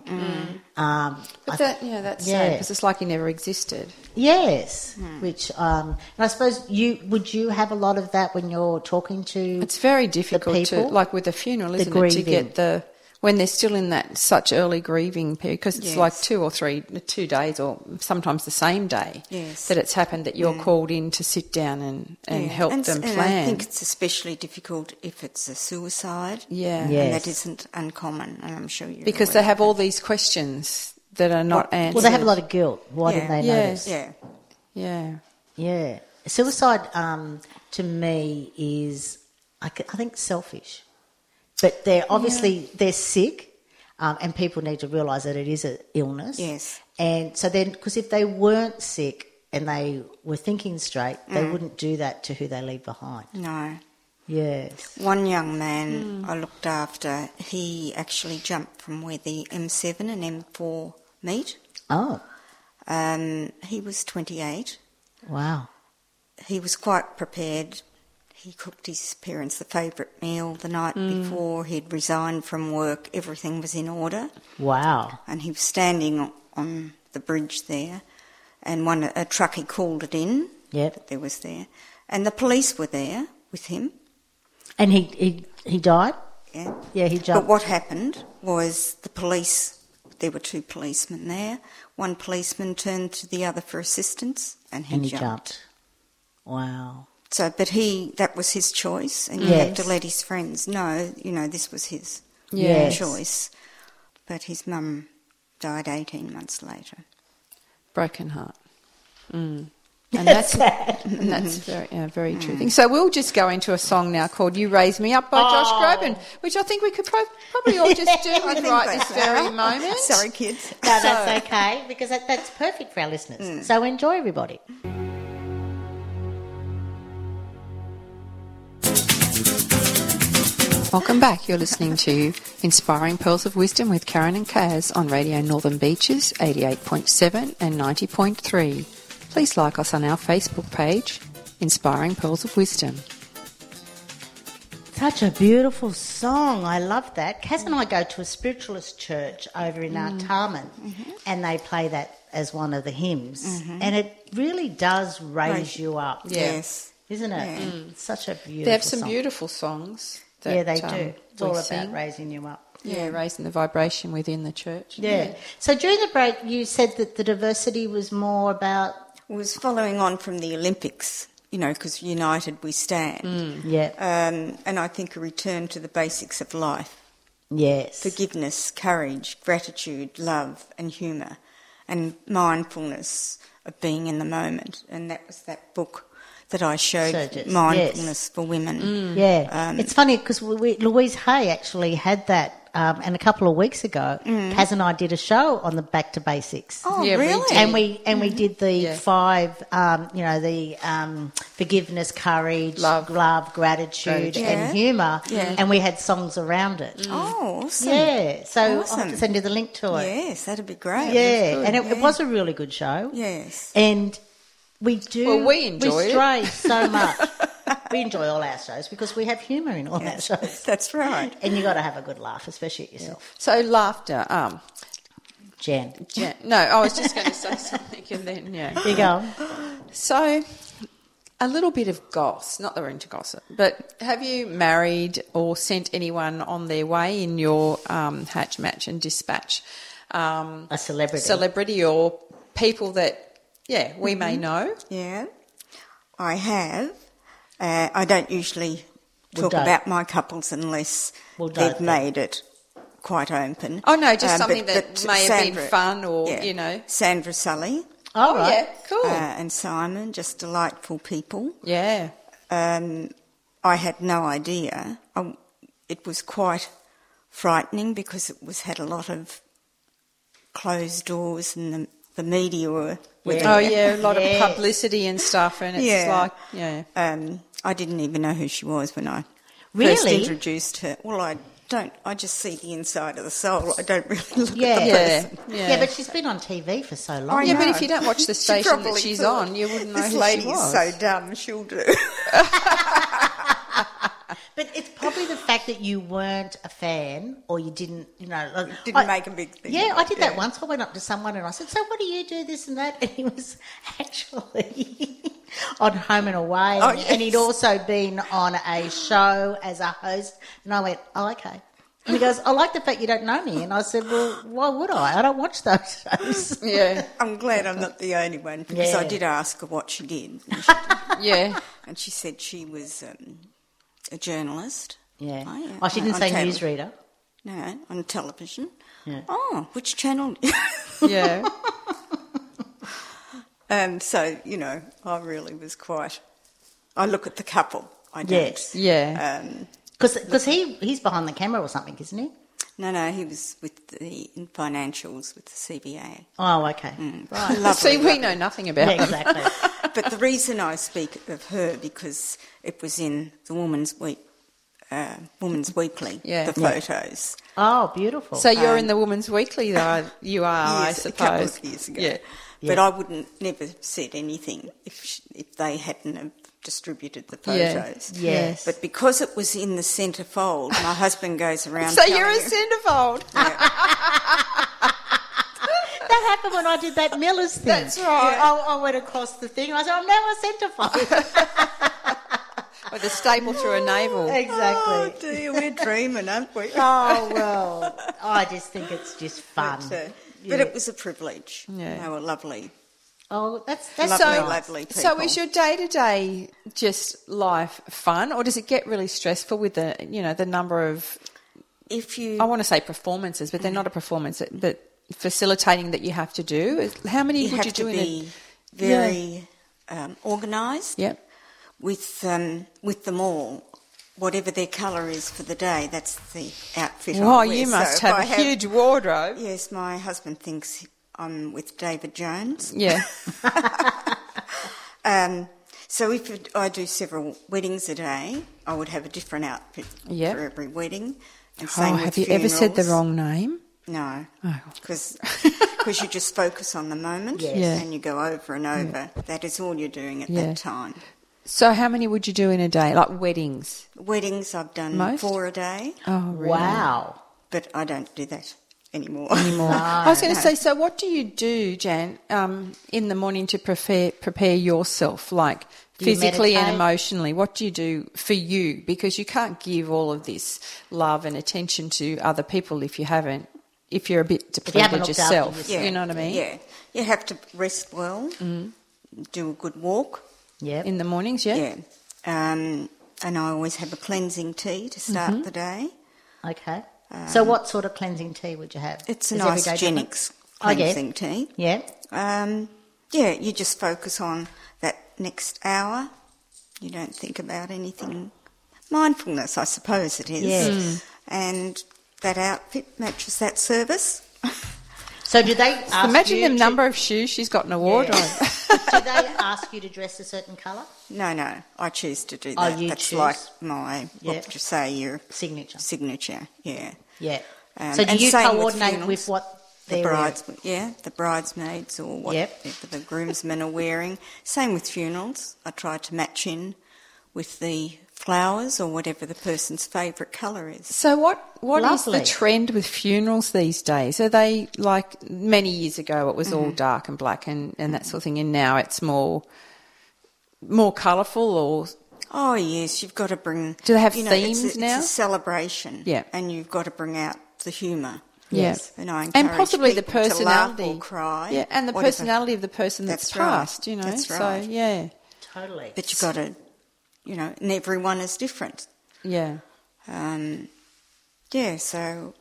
Speaker 2: Um,
Speaker 1: But that, yeah, that's
Speaker 2: Yeah.
Speaker 1: sad because it's like you never existed.
Speaker 2: Yes,
Speaker 3: Hmm.
Speaker 2: which um, and I suppose you would you have a lot of that when you're talking to
Speaker 1: It's very difficult to,
Speaker 2: people?
Speaker 1: like with a funeral, isn't it, to
Speaker 2: grieving.
Speaker 1: get the when they're still in that such early grieving period because it's like
Speaker 3: Yes.
Speaker 1: two or three, two days or sometimes the same day
Speaker 3: Yes.
Speaker 1: that it's happened that you're called in to sit down and, and
Speaker 3: Yeah.
Speaker 1: help
Speaker 3: and, s-
Speaker 1: them
Speaker 3: and
Speaker 1: plan.
Speaker 3: I think it's especially difficult if it's a suicide.
Speaker 1: yeah,
Speaker 2: Yeah.
Speaker 3: And
Speaker 2: Yes.
Speaker 3: that isn't uncommon, and I'm sure you
Speaker 1: because they have all these questions that are not answered.
Speaker 2: well, they have a lot of guilt. Why didn't
Speaker 3: Yeah.
Speaker 2: they
Speaker 1: Yeah.
Speaker 2: notice?
Speaker 3: Yeah.
Speaker 1: yeah.
Speaker 2: Yeah, suicide um, to me is I, c- I think selfish, but they're obviously they're sick, um, and people need to realise that it is an illness.
Speaker 3: Yes.
Speaker 2: and so then because if they weren't sick and they were thinking straight, they
Speaker 3: Hmm.
Speaker 2: wouldn't do that to who they leave behind.
Speaker 3: No.
Speaker 2: Yes.
Speaker 3: One young
Speaker 1: Hmm.
Speaker 3: man I looked after, he actually jumped from where the M7 and M4 meet.
Speaker 2: Oh,
Speaker 3: Um, he was 28.
Speaker 2: wow.
Speaker 3: He was quite prepared. He cooked his parents the favourite meal the night
Speaker 1: Hmm.
Speaker 3: before. He'd resigned from work. Everything was in order.
Speaker 2: Wow.
Speaker 3: and he was standing on the bridge there, and one a truck he called it in
Speaker 2: Yep.
Speaker 3: that there was there, and the police were there with him.
Speaker 2: And he he, he died.
Speaker 3: Yeah.
Speaker 2: Yeah, he
Speaker 3: But
Speaker 2: jumped.
Speaker 3: what happened was the police. There were two policemen there. One policeman turned to the other for assistance, and he,
Speaker 2: and he
Speaker 3: jumped.
Speaker 2: jumped. Wow.
Speaker 3: So, but he—that was his choice, and you have
Speaker 2: Yes.
Speaker 3: to let his friends know. You know, this was his
Speaker 2: Yes.
Speaker 3: choice. But his mum died eighteen months later.
Speaker 1: broken heart. Mm. And that's
Speaker 2: sad. Mm.
Speaker 1: and that's very yeah, very true thing. So we'll just go into a song now called "You Raise Me Up" by Josh
Speaker 2: Oh.
Speaker 1: Groban, which I think we could pro- probably all just do
Speaker 3: I
Speaker 1: and
Speaker 3: think
Speaker 1: right
Speaker 3: that's
Speaker 1: this very
Speaker 3: right.
Speaker 1: moment.
Speaker 3: Sorry, kids.
Speaker 2: No, that's okay because that, that's perfect for our listeners.
Speaker 3: Mm.
Speaker 2: So enjoy, everybody.
Speaker 1: Welcome back. You're listening to Inspiring Pearls of Wisdom with Karen and Kaz on Radio Northern Beaches 88.7 and 90.3. Please like us on our Facebook page, Inspiring Pearls of Wisdom.
Speaker 2: Such a beautiful song. I love that. Kaz and I go to a spiritualist church over in our Artarmon, and they play that as one of the hymns, and it really does raise
Speaker 3: Raise-
Speaker 2: you up.
Speaker 3: Yes.
Speaker 2: Isn't it?
Speaker 3: Yeah.
Speaker 2: It's such a beautiful.
Speaker 1: They have some
Speaker 2: song.
Speaker 1: beautiful songs. That,
Speaker 2: Yeah, they
Speaker 1: um,
Speaker 2: do. It's
Speaker 1: we
Speaker 2: all about
Speaker 1: sing.
Speaker 2: raising you up.
Speaker 1: Yeah, raising the vibration within the church.
Speaker 2: Yeah. So during the break, you said that the diversity was more about
Speaker 3: was following on from the Olympics, you know, because united we stand.
Speaker 2: yeah,
Speaker 3: Um, and I think a return to the basics of life
Speaker 2: yes,
Speaker 3: forgiveness, courage, gratitude, love, and humour, and mindfulness of being in the moment. And that was that book that I showed
Speaker 2: Surges, yes. Mm.
Speaker 3: Mindfulness for Women.
Speaker 2: yeah. it's funny because we, we, Louise Hay actually had that um, and a couple of weeks ago, Kaz and I did a show on the back to basics.
Speaker 3: Oh,
Speaker 1: Yeah, we
Speaker 3: really?
Speaker 1: did.
Speaker 2: And we and we did the
Speaker 1: Yeah.
Speaker 2: five, um, you know, the um, forgiveness, courage,
Speaker 1: Love.
Speaker 2: love, gratitude,
Speaker 1: Gratitude.
Speaker 2: and
Speaker 3: Yeah.
Speaker 2: humour.
Speaker 3: Yeah.
Speaker 2: And we had songs around it.
Speaker 3: oh, awesome.
Speaker 2: Yeah, so I'll have
Speaker 3: Awesome.
Speaker 2: to send you the link to it.
Speaker 3: Yes, that'd be great.
Speaker 2: Yeah, and it, it
Speaker 3: Yeah.
Speaker 2: was a really good show.
Speaker 3: Yes.
Speaker 2: And we do.
Speaker 1: Well, we enjoy it.
Speaker 2: We stray so much. we enjoy all our shows because we have humour in all our shows.
Speaker 3: That's right.
Speaker 2: And you got to have a good laugh, especially at yourself.
Speaker 1: So laughter. Um,
Speaker 2: Jen,
Speaker 1: yeah, no, I was just going to say something, and then yeah.
Speaker 2: you go.
Speaker 1: So a little bit of goss. Not that we're into gossip, but have you married or sent anyone on their way in your um, hatch, match, and dispatch? Um,
Speaker 2: A celebrity.
Speaker 1: celebrity or people that yeah we may
Speaker 2: Mm-hmm.
Speaker 1: know.
Speaker 3: Yeah, I have. Uh, I don't usually
Speaker 2: Well,
Speaker 3: talk
Speaker 2: don't.
Speaker 3: about my couples unless
Speaker 2: Well, don't
Speaker 3: they've
Speaker 2: then.
Speaker 3: made it quite open. Um,
Speaker 1: Oh, no,
Speaker 2: Um,
Speaker 1: just something that may have been fun or,
Speaker 3: yeah,
Speaker 1: you know.
Speaker 3: Sandra Sully
Speaker 2: All right.
Speaker 1: yeah, cool.
Speaker 3: uh, and Simon, just delightful people.
Speaker 1: yeah,
Speaker 3: Um, I had no idea. I, it was quite frightening because it was had a lot of closed doors and the, the media were. were
Speaker 2: Yeah.
Speaker 1: Oh
Speaker 3: there.
Speaker 1: yeah, a lot
Speaker 2: Yes.
Speaker 1: of publicity and stuff, and it's
Speaker 3: Yeah.
Speaker 1: like yeah,
Speaker 3: Um, I didn't even know who she was when I first
Speaker 2: Really?
Speaker 3: introduced her. Well, I don't. I just see the inside of the soul. I don't really look
Speaker 2: Yeah.
Speaker 3: at the
Speaker 1: yeah,
Speaker 3: person.
Speaker 1: yeah.
Speaker 2: Yeah, but she's been on TV for so long.
Speaker 3: I
Speaker 1: Yeah, but
Speaker 3: know.
Speaker 1: if you don't watch the
Speaker 3: She
Speaker 1: station that
Speaker 3: probably
Speaker 1: she's
Speaker 3: thought,
Speaker 1: on, you wouldn't know
Speaker 3: this
Speaker 1: who she
Speaker 3: lady
Speaker 1: was.
Speaker 3: Is so dumb, she'll do.
Speaker 2: But it's probably the fact that you weren't a fan or you didn't, you know. Like,
Speaker 3: Didn't make a big thing
Speaker 2: Yeah,
Speaker 3: of
Speaker 2: I
Speaker 3: it,
Speaker 2: did that
Speaker 3: yeah.
Speaker 2: once. I went up to someone and I said, So what do you do, this and that? And he was actually on Home and Away.
Speaker 3: Oh,
Speaker 2: and, and he'd
Speaker 3: yes.
Speaker 2: also been on a show as a host. And I went, Oh, okay. And he goes, I like the fact you don't know me. And I said, Well, why would I? I don't watch those shows.
Speaker 1: yeah,
Speaker 3: I'm glad I'm not the only one because I
Speaker 2: Yeah.
Speaker 3: did ask her what she did, and she,
Speaker 1: yeah.
Speaker 3: and she said she was um, a journalist.
Speaker 2: Yeah.
Speaker 3: Oh, yeah.
Speaker 2: Oh, she didn't
Speaker 3: On
Speaker 2: say
Speaker 3: cable.
Speaker 2: newsreader.
Speaker 3: No, on television.
Speaker 2: Yeah.
Speaker 3: Oh, which channel?
Speaker 1: yeah.
Speaker 3: Um, so you know, I really was quite. I look at the couple. I don't.
Speaker 2: Yes.
Speaker 1: Yeah.
Speaker 3: Um,
Speaker 2: Because he, he's behind the camera or something, isn't he?
Speaker 3: no, no, he was with the in financials with the CBA.
Speaker 2: Oh, okay.
Speaker 3: Mm.
Speaker 2: Right.
Speaker 3: Lovely,
Speaker 1: See, we know nothing about
Speaker 2: Yeah,
Speaker 1: them.
Speaker 2: exactly.
Speaker 3: but the reason I speak of her because it was in the Woman's Week, uh, Woman's Weekly.
Speaker 1: Yeah.
Speaker 3: The photos.
Speaker 2: Oh, beautiful.
Speaker 1: So you're in the Woman's Weekly, though. You are, Ah, I
Speaker 3: years- Um, A couple
Speaker 1: suppose.
Speaker 3: of years ago.
Speaker 1: Yeah.
Speaker 3: But
Speaker 2: Yeah.
Speaker 3: I wouldn't never said anything if sh if they hadn't have distributed the
Speaker 1: Yeah.
Speaker 3: photos.
Speaker 2: Yes.
Speaker 3: But because it was in the centre fold, my husband goes around.
Speaker 1: So
Speaker 3: telling
Speaker 1: you're a
Speaker 3: her-
Speaker 1: centerfold.
Speaker 2: That happened when I did that Miller's thing.
Speaker 1: That's right.
Speaker 2: I, I- I went across the thing and I said, I'm now a centrefold.
Speaker 1: With a staple through a navel.
Speaker 3: Oh
Speaker 2: exactly.
Speaker 3: dear, we're dreaming, aren't we?
Speaker 2: Oh, well, I just think it's just fun.
Speaker 3: But, uh,
Speaker 2: Yeah.
Speaker 3: but it was a privilege.
Speaker 1: Um, Yeah.
Speaker 3: They were lovely.
Speaker 2: oh, that's, that's
Speaker 3: Lovely,
Speaker 2: so nice.
Speaker 3: lovely people.
Speaker 1: So is your day to day just life fun, or does it get really stressful with the you know the number of
Speaker 3: If you,
Speaker 1: I want to say performances, but they're not a performance, but facilitating that you have to do. How many
Speaker 3: you
Speaker 1: would
Speaker 3: have
Speaker 1: you
Speaker 3: to
Speaker 1: do in
Speaker 3: be
Speaker 1: a
Speaker 3: very um, organised.
Speaker 1: Yep.
Speaker 3: With um, with them all, whatever their colour is for the day, that's the outfit. I
Speaker 1: Wow,
Speaker 3: wear.
Speaker 1: Oh, you
Speaker 3: So
Speaker 1: must
Speaker 3: if
Speaker 1: have
Speaker 3: I
Speaker 1: a huge wardrobe.
Speaker 3: Yes, my husband thinks I'm with David Jones.
Speaker 1: Yeah.
Speaker 3: Um, so if it- I do several weddings a day, I would have a different outfit
Speaker 1: Yep.
Speaker 3: for every wedding.
Speaker 1: Oh,
Speaker 3: And same with
Speaker 1: have you ever said the
Speaker 3: funerals.
Speaker 1: wrong name?
Speaker 3: No,
Speaker 1: Oh.
Speaker 3: because you just focus on the moment
Speaker 2: Yes.
Speaker 1: Yeah.
Speaker 3: and you go over and over. That is all you're doing at
Speaker 1: Yeah.
Speaker 3: that time.
Speaker 1: So how many would you do in a day? Like weddings?
Speaker 3: Weddings, I've done
Speaker 1: Most?
Speaker 3: four a day,
Speaker 1: Oh, really?
Speaker 2: Wow.
Speaker 3: but I don't do that anymore.
Speaker 1: I was going to say, so what do you do, Jan, um, in the morning to prepare prepare yourself, like
Speaker 2: Do you
Speaker 1: physically and
Speaker 2: meditate?
Speaker 1: emotionally? What do you do for you? Because you can't give all of this love and attention to other people if you haven't, if you're a bit
Speaker 2: haven't
Speaker 1: depleted
Speaker 2: looked after
Speaker 1: yourself.
Speaker 2: yourself.
Speaker 1: You know what I mean?
Speaker 3: Yeah, you have to rest well, do a good walk.
Speaker 2: Yep.
Speaker 1: In the mornings, yeah.
Speaker 3: Yeah, um, and I always have a cleansing tea to start
Speaker 1: Mm-hmm.
Speaker 3: the day.
Speaker 2: okay. so what sort of cleansing tea would you have?
Speaker 3: Um, It's a
Speaker 2: Is
Speaker 3: nice
Speaker 2: every day different?
Speaker 3: genics
Speaker 2: Oh, yeah.
Speaker 3: cleansing tea.
Speaker 2: Yeah.
Speaker 3: Um, yeah, you just focus on that next hour. You don't think about anything. Mindfulness, I suppose it is.
Speaker 2: Yes.
Speaker 3: And that outfit matches that service.
Speaker 2: So do they ask
Speaker 1: Imagine
Speaker 2: you
Speaker 1: the
Speaker 2: to-
Speaker 1: number of shoes she's got an award
Speaker 2: Yeah.
Speaker 1: on.
Speaker 2: do they ask you to dress a certain colour?
Speaker 3: No, no, I choose to do
Speaker 2: Oh,
Speaker 3: that.
Speaker 2: you
Speaker 3: That's
Speaker 2: choose.
Speaker 3: like my
Speaker 2: Yeah.
Speaker 3: what you say your
Speaker 2: Signature.
Speaker 3: signature. Yeah,
Speaker 2: Yeah.
Speaker 3: Um,
Speaker 2: so do
Speaker 3: and
Speaker 2: you
Speaker 3: same with
Speaker 2: coordinate with,
Speaker 3: funerals.
Speaker 2: what
Speaker 3: the
Speaker 2: they're wearing?
Speaker 3: brides. Yeah, the bridesmaids or what
Speaker 2: Yep.
Speaker 3: the groomsmen are wearing. Same with funerals. I try to match in with the flowers or whatever the person's favourite colour is.
Speaker 1: So what what is
Speaker 2: Lovely.
Speaker 1: the trend with funerals these days? Are they like many years ago it was all dark and black and, and that sort of thing and now it's more more colourful or
Speaker 3: Oh yes, you've got to bring.
Speaker 1: Do they have
Speaker 3: you know,
Speaker 1: themes
Speaker 3: it's a,
Speaker 1: now?
Speaker 3: It's a celebration.
Speaker 1: Yeah.
Speaker 3: and you've got to bring out the humour.
Speaker 2: Yes.
Speaker 3: And I
Speaker 1: and
Speaker 3: encourage
Speaker 1: possibly the
Speaker 3: people to laugh or
Speaker 1: personality
Speaker 3: cry,
Speaker 1: Yeah, and the
Speaker 3: whatever.
Speaker 1: personality of the person that's,
Speaker 3: That's right.
Speaker 1: passed, you know.
Speaker 3: That's
Speaker 1: So
Speaker 3: right.
Speaker 1: yeah.
Speaker 2: Totally.
Speaker 3: But you've got to, you know, and everyone is different.
Speaker 1: Yeah.
Speaker 3: Um, yeah, so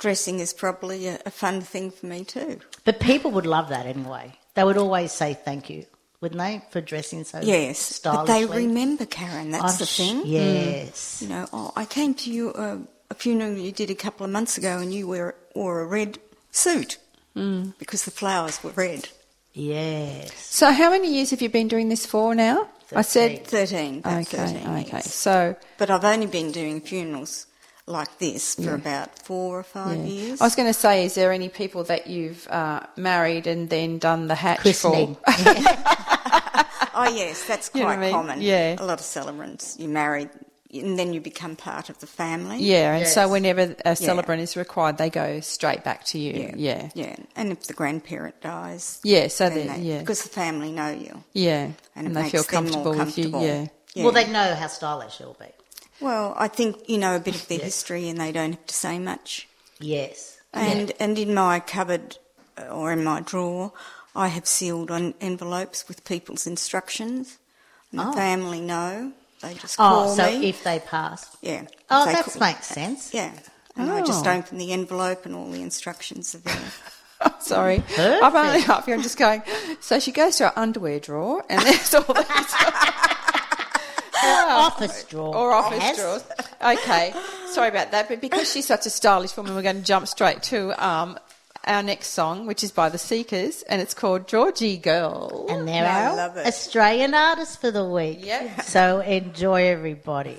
Speaker 3: dressing is probably a, a fun thing for me too.
Speaker 2: But people would love that anyway. They would always say thank you, wouldn't they, for dressing so
Speaker 3: Yes, but
Speaker 2: stylishly?
Speaker 3: they remember Karen. That's
Speaker 2: I'm
Speaker 3: the
Speaker 2: sh-
Speaker 3: thing. Mm.
Speaker 2: Yes.
Speaker 3: You know, oh, I came to you uh, a funeral you did a couple of months ago, and you were, wore a red suit
Speaker 1: Hmm.
Speaker 3: because the flowers were red.
Speaker 2: Yes.
Speaker 1: So how many years have you been doing this for now? I said
Speaker 3: Thirteen. About
Speaker 1: Okay,
Speaker 3: 13
Speaker 1: okay.
Speaker 3: years.
Speaker 1: So
Speaker 3: But I've only been doing funerals like this for about four or five
Speaker 1: Yeah.
Speaker 3: years.
Speaker 1: I was going to say, is there any people that you've uh, married and then done the hatch
Speaker 2: Christening.
Speaker 1: for?
Speaker 3: Oh yes, that's
Speaker 1: You know what
Speaker 3: quite
Speaker 1: I mean?
Speaker 3: common.
Speaker 1: Yeah.
Speaker 3: a lot of celebrants. You marry, and then you become part of the family.
Speaker 1: Yeah, and so
Speaker 2: Yes.
Speaker 1: whenever a celebrant is required, they go straight back to you. Yeah, yeah,
Speaker 3: yeah, yeah. And if the grandparent dies,
Speaker 1: yeah so
Speaker 3: then
Speaker 1: that
Speaker 3: they,
Speaker 1: yeah,
Speaker 3: because the family know you,
Speaker 1: yeah,
Speaker 3: and,
Speaker 1: and,
Speaker 3: it
Speaker 1: they
Speaker 3: makes
Speaker 1: feel
Speaker 3: them
Speaker 1: comfortable,
Speaker 3: more comfortable.
Speaker 1: with you. Yeah,
Speaker 2: Well, they know how stylish it'll be.
Speaker 3: Well, I think you know a bit of their history, and they don't have to say much.
Speaker 2: Yes.
Speaker 3: And and in my cupboard uh, or in my drawer, I have sealed on envelopes with people's instructions, and
Speaker 2: Oh.
Speaker 3: the family know. They just call
Speaker 2: Oh, so
Speaker 3: me.
Speaker 2: if they pass.
Speaker 3: yeah.
Speaker 2: Oh,
Speaker 3: They
Speaker 2: that
Speaker 3: call-
Speaker 2: makes sense.
Speaker 3: Yeah. And I just
Speaker 1: Oh.
Speaker 3: open the envelope and all the instructions are there.
Speaker 1: sorry, I've only half. I'm just going. So she goes to her underwear drawer, and there's all these
Speaker 2: Office
Speaker 3: Oh,
Speaker 2: drawer.
Speaker 1: or office
Speaker 2: has-
Speaker 1: drawers. Okay, sorry about that, but because she's such a stylish woman, we're going to jump straight to um, our next song, which is by the Seekers, and it's called Georgie Girl.
Speaker 2: And they're
Speaker 3: No, I
Speaker 2: our
Speaker 3: love it.
Speaker 2: Australian artists for the week.
Speaker 1: Yep.
Speaker 2: So enjoy everybody.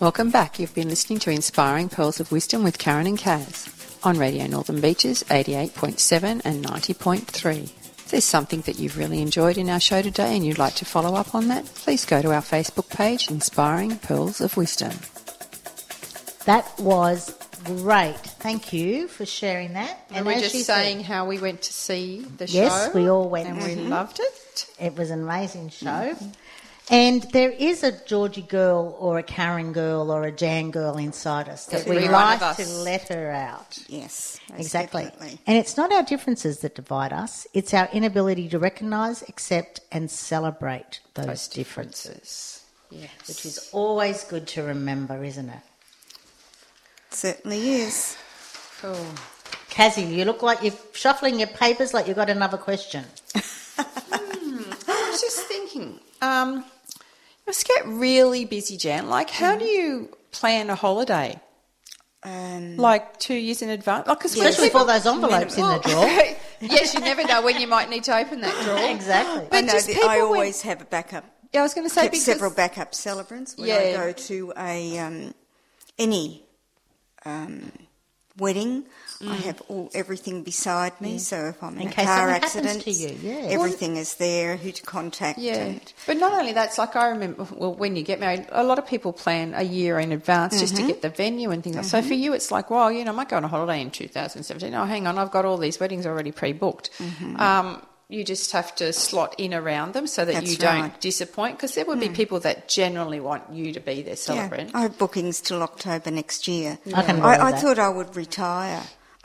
Speaker 1: Welcome back. You've been listening to Inspiring Pearls of Wisdom with Karen and Kaz on Radio Northern Beaches 88.7 and 90.3. If there's something that you've really enjoyed in our show today and you'd like to follow up on that, please go to our Facebook page, Inspiring Pearls of Wisdom.
Speaker 2: That was great. Thank you for sharing that.
Speaker 1: And, we're
Speaker 2: as
Speaker 1: just
Speaker 2: she said,
Speaker 1: saying how we went to see the show.
Speaker 2: Yes, we all went. Mm-hmm.
Speaker 1: And we loved it.
Speaker 2: It was an amazing show. And there is a Georgie girl or a Karen girl or a Jan girl inside us that
Speaker 1: Every
Speaker 2: we
Speaker 1: one
Speaker 2: like
Speaker 1: of us.
Speaker 2: to let her out.
Speaker 3: Yes. most
Speaker 2: Exactly.
Speaker 3: definitely.
Speaker 2: And it's not our differences that divide us, it's our inability to recognise, accept, and celebrate those, differences,
Speaker 1: Yes.
Speaker 2: which is always good to remember, isn't it?
Speaker 3: Certainly is.
Speaker 1: cool.
Speaker 2: Kazzy, you look like you're shuffling your papers like you've got another question.
Speaker 1: I was just thinking, um, you must get really busy, Jan. Like, how do you plan a holiday?
Speaker 3: Um,
Speaker 1: Like two years in advance? Like, cause
Speaker 2: Especially
Speaker 1: people-
Speaker 2: for those envelopes in the drawer.
Speaker 1: yes, you never know when you might need to open that drawer.
Speaker 2: exactly.
Speaker 1: But
Speaker 3: I know
Speaker 1: just
Speaker 3: that
Speaker 1: people
Speaker 3: I
Speaker 1: when-
Speaker 3: always have a backup.
Speaker 1: Yeah, I was going to say
Speaker 3: Have
Speaker 1: because
Speaker 3: several backup celebrants when
Speaker 1: Yeah.
Speaker 3: I go to a um, any um, wedding. I have all everything beside me, so if I'm in,
Speaker 2: In
Speaker 3: a
Speaker 2: case
Speaker 3: car
Speaker 2: something happens
Speaker 3: accident,
Speaker 2: to you, yeah. Well-
Speaker 3: everything is there. Who to contact?
Speaker 1: Yeah,
Speaker 3: and-
Speaker 1: but not only that's like I remember. Well, when you get married, a lot of people plan a year in advance just
Speaker 3: Mm-hmm.
Speaker 1: to get the venue and things. like So for you, it's like, well, you know, I might go on a holiday in 2017. Oh, hang on, I've got all these weddings already pre-booked.
Speaker 3: Mm-hmm.
Speaker 1: Um, you just have to slot in around them so that
Speaker 3: That's
Speaker 1: you don't
Speaker 3: right. Mm.
Speaker 1: disappoint. Because there would be people that generally want you to be their
Speaker 3: Yeah,
Speaker 1: celebrant.
Speaker 3: I have bookings till October next year.
Speaker 2: I can
Speaker 3: I,
Speaker 2: believe
Speaker 3: I
Speaker 2: that.
Speaker 3: thought I would retire,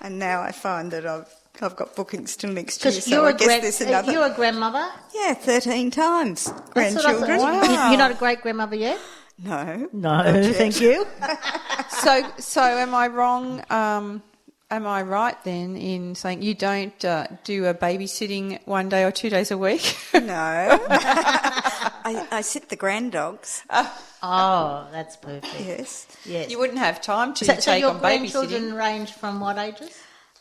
Speaker 3: and now I find that I've I've got bookings till next year.
Speaker 2: Because
Speaker 3: So
Speaker 2: you're,
Speaker 3: I
Speaker 2: a
Speaker 3: guess
Speaker 2: gran-
Speaker 3: there's
Speaker 2: uh,
Speaker 3: another.
Speaker 2: you're a grandmother.
Speaker 3: yeah, thirteen times
Speaker 2: That's what I thought.
Speaker 3: grandchildren.
Speaker 1: Wow.
Speaker 2: You- You're not a great grandmother yet?
Speaker 3: No,
Speaker 2: No, thank you.
Speaker 1: so, so am I wrong? Um, am I right then in saying you don't uh, do a babysitting one day or two days a week?
Speaker 3: No. I, I sit the grand dogs,
Speaker 2: Oh, that's perfect.
Speaker 3: yes.
Speaker 2: Yes.
Speaker 1: you wouldn't have time to
Speaker 2: so,
Speaker 1: take
Speaker 2: so your
Speaker 1: on babysitting.
Speaker 2: grandchildren range from what ages?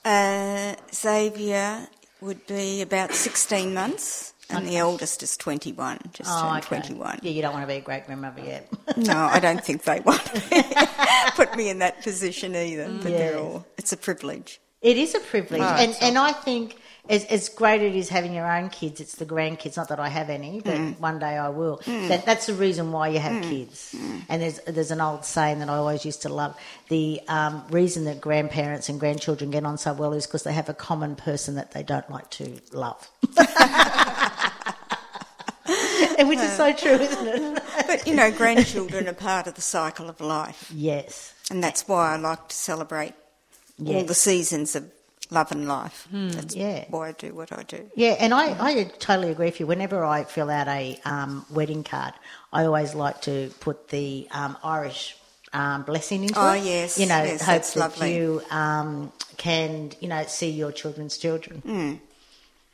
Speaker 3: Uh, Xavier would be about 16 months, and the eldest is 21, just turned
Speaker 2: Oh, okay.
Speaker 3: 21.
Speaker 2: Yeah, you don't want to be a great grandmother yet.
Speaker 3: No, I don't think they want to put me in that position either. But they're
Speaker 2: Yes.
Speaker 3: all, it's a privilege.
Speaker 2: It is a privilege, and and I think as as great it is having your own kids, it's the grandkids. Not that I have any, but one day I will. That that's the reason why you have kids. And there's there's an old saying that I always used to love. The um, reason that grandparents and grandchildren get on so well is because they have a common person that they don't like to love. And Which is so true, isn't it?
Speaker 3: But, you know, grandchildren are part of the cycle of life,
Speaker 2: Yes.
Speaker 3: and that's why I like to celebrate all
Speaker 2: Yes. Hmm,
Speaker 3: the seasons of love and life. That's
Speaker 2: yeah.
Speaker 3: why I do what I do.
Speaker 2: Yeah, and I, I totally agree with you. Whenever I fill out a um, wedding card, I always like to put the um, Irish um, blessing into
Speaker 3: Oh,
Speaker 2: it.
Speaker 3: yes,
Speaker 2: you know,
Speaker 3: yes,
Speaker 2: hope
Speaker 3: that's
Speaker 2: that
Speaker 3: lovely.
Speaker 2: you um, can, you know, see your children's children.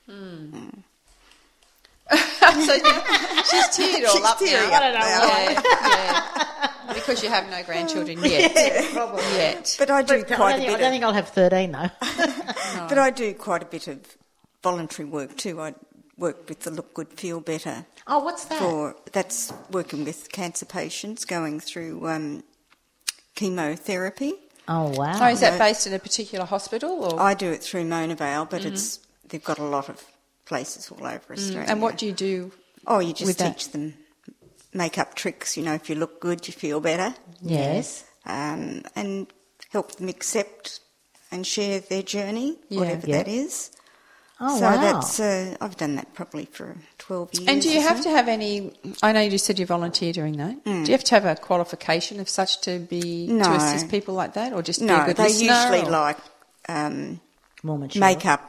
Speaker 3: Mm,
Speaker 1: so you- she's teared all
Speaker 3: She's
Speaker 1: up
Speaker 3: tearing
Speaker 1: now.
Speaker 3: up I don't know now.
Speaker 1: Yeah, yeah. Because you have no grandchildren yet. Yet.
Speaker 3: But I do
Speaker 2: I don't, think,
Speaker 3: quite a bit
Speaker 2: I
Speaker 3: of
Speaker 2: don't think I'll have thirteen though.
Speaker 3: But I do quite a bit of voluntary work too. I work with the Look Good Feel Better
Speaker 2: oh, what's that?
Speaker 3: for that's working with cancer patients going through um, chemotherapy.
Speaker 2: Oh wow.
Speaker 1: So is that based in a particular hospital or?
Speaker 3: I do it through Mona Vale, but
Speaker 1: Mm-hmm.
Speaker 3: it's they've got a lot of places all over Australia.
Speaker 1: Mm. and what do you do?
Speaker 3: oh, you just
Speaker 1: with that?
Speaker 3: teach them makeup tricks. You know, if you look good, you feel better,
Speaker 2: yes.
Speaker 3: um, and help them accept and share their journey,
Speaker 1: Yeah.
Speaker 3: whatever
Speaker 2: Yeah.
Speaker 3: that is.
Speaker 2: Oh
Speaker 3: so
Speaker 2: wow.
Speaker 3: that's uh, I've done that probably for twelve years.
Speaker 1: And do you
Speaker 3: or
Speaker 1: have
Speaker 3: so.
Speaker 1: to have any? I know you just said you volunteer doing that. Do you have to have a qualification of such to be to
Speaker 3: Hmm. No.
Speaker 1: assist people like that, or just be
Speaker 3: No,
Speaker 1: a good
Speaker 3: they
Speaker 1: listener?
Speaker 3: usually
Speaker 1: or-
Speaker 3: like um,
Speaker 2: More mature.
Speaker 3: makeup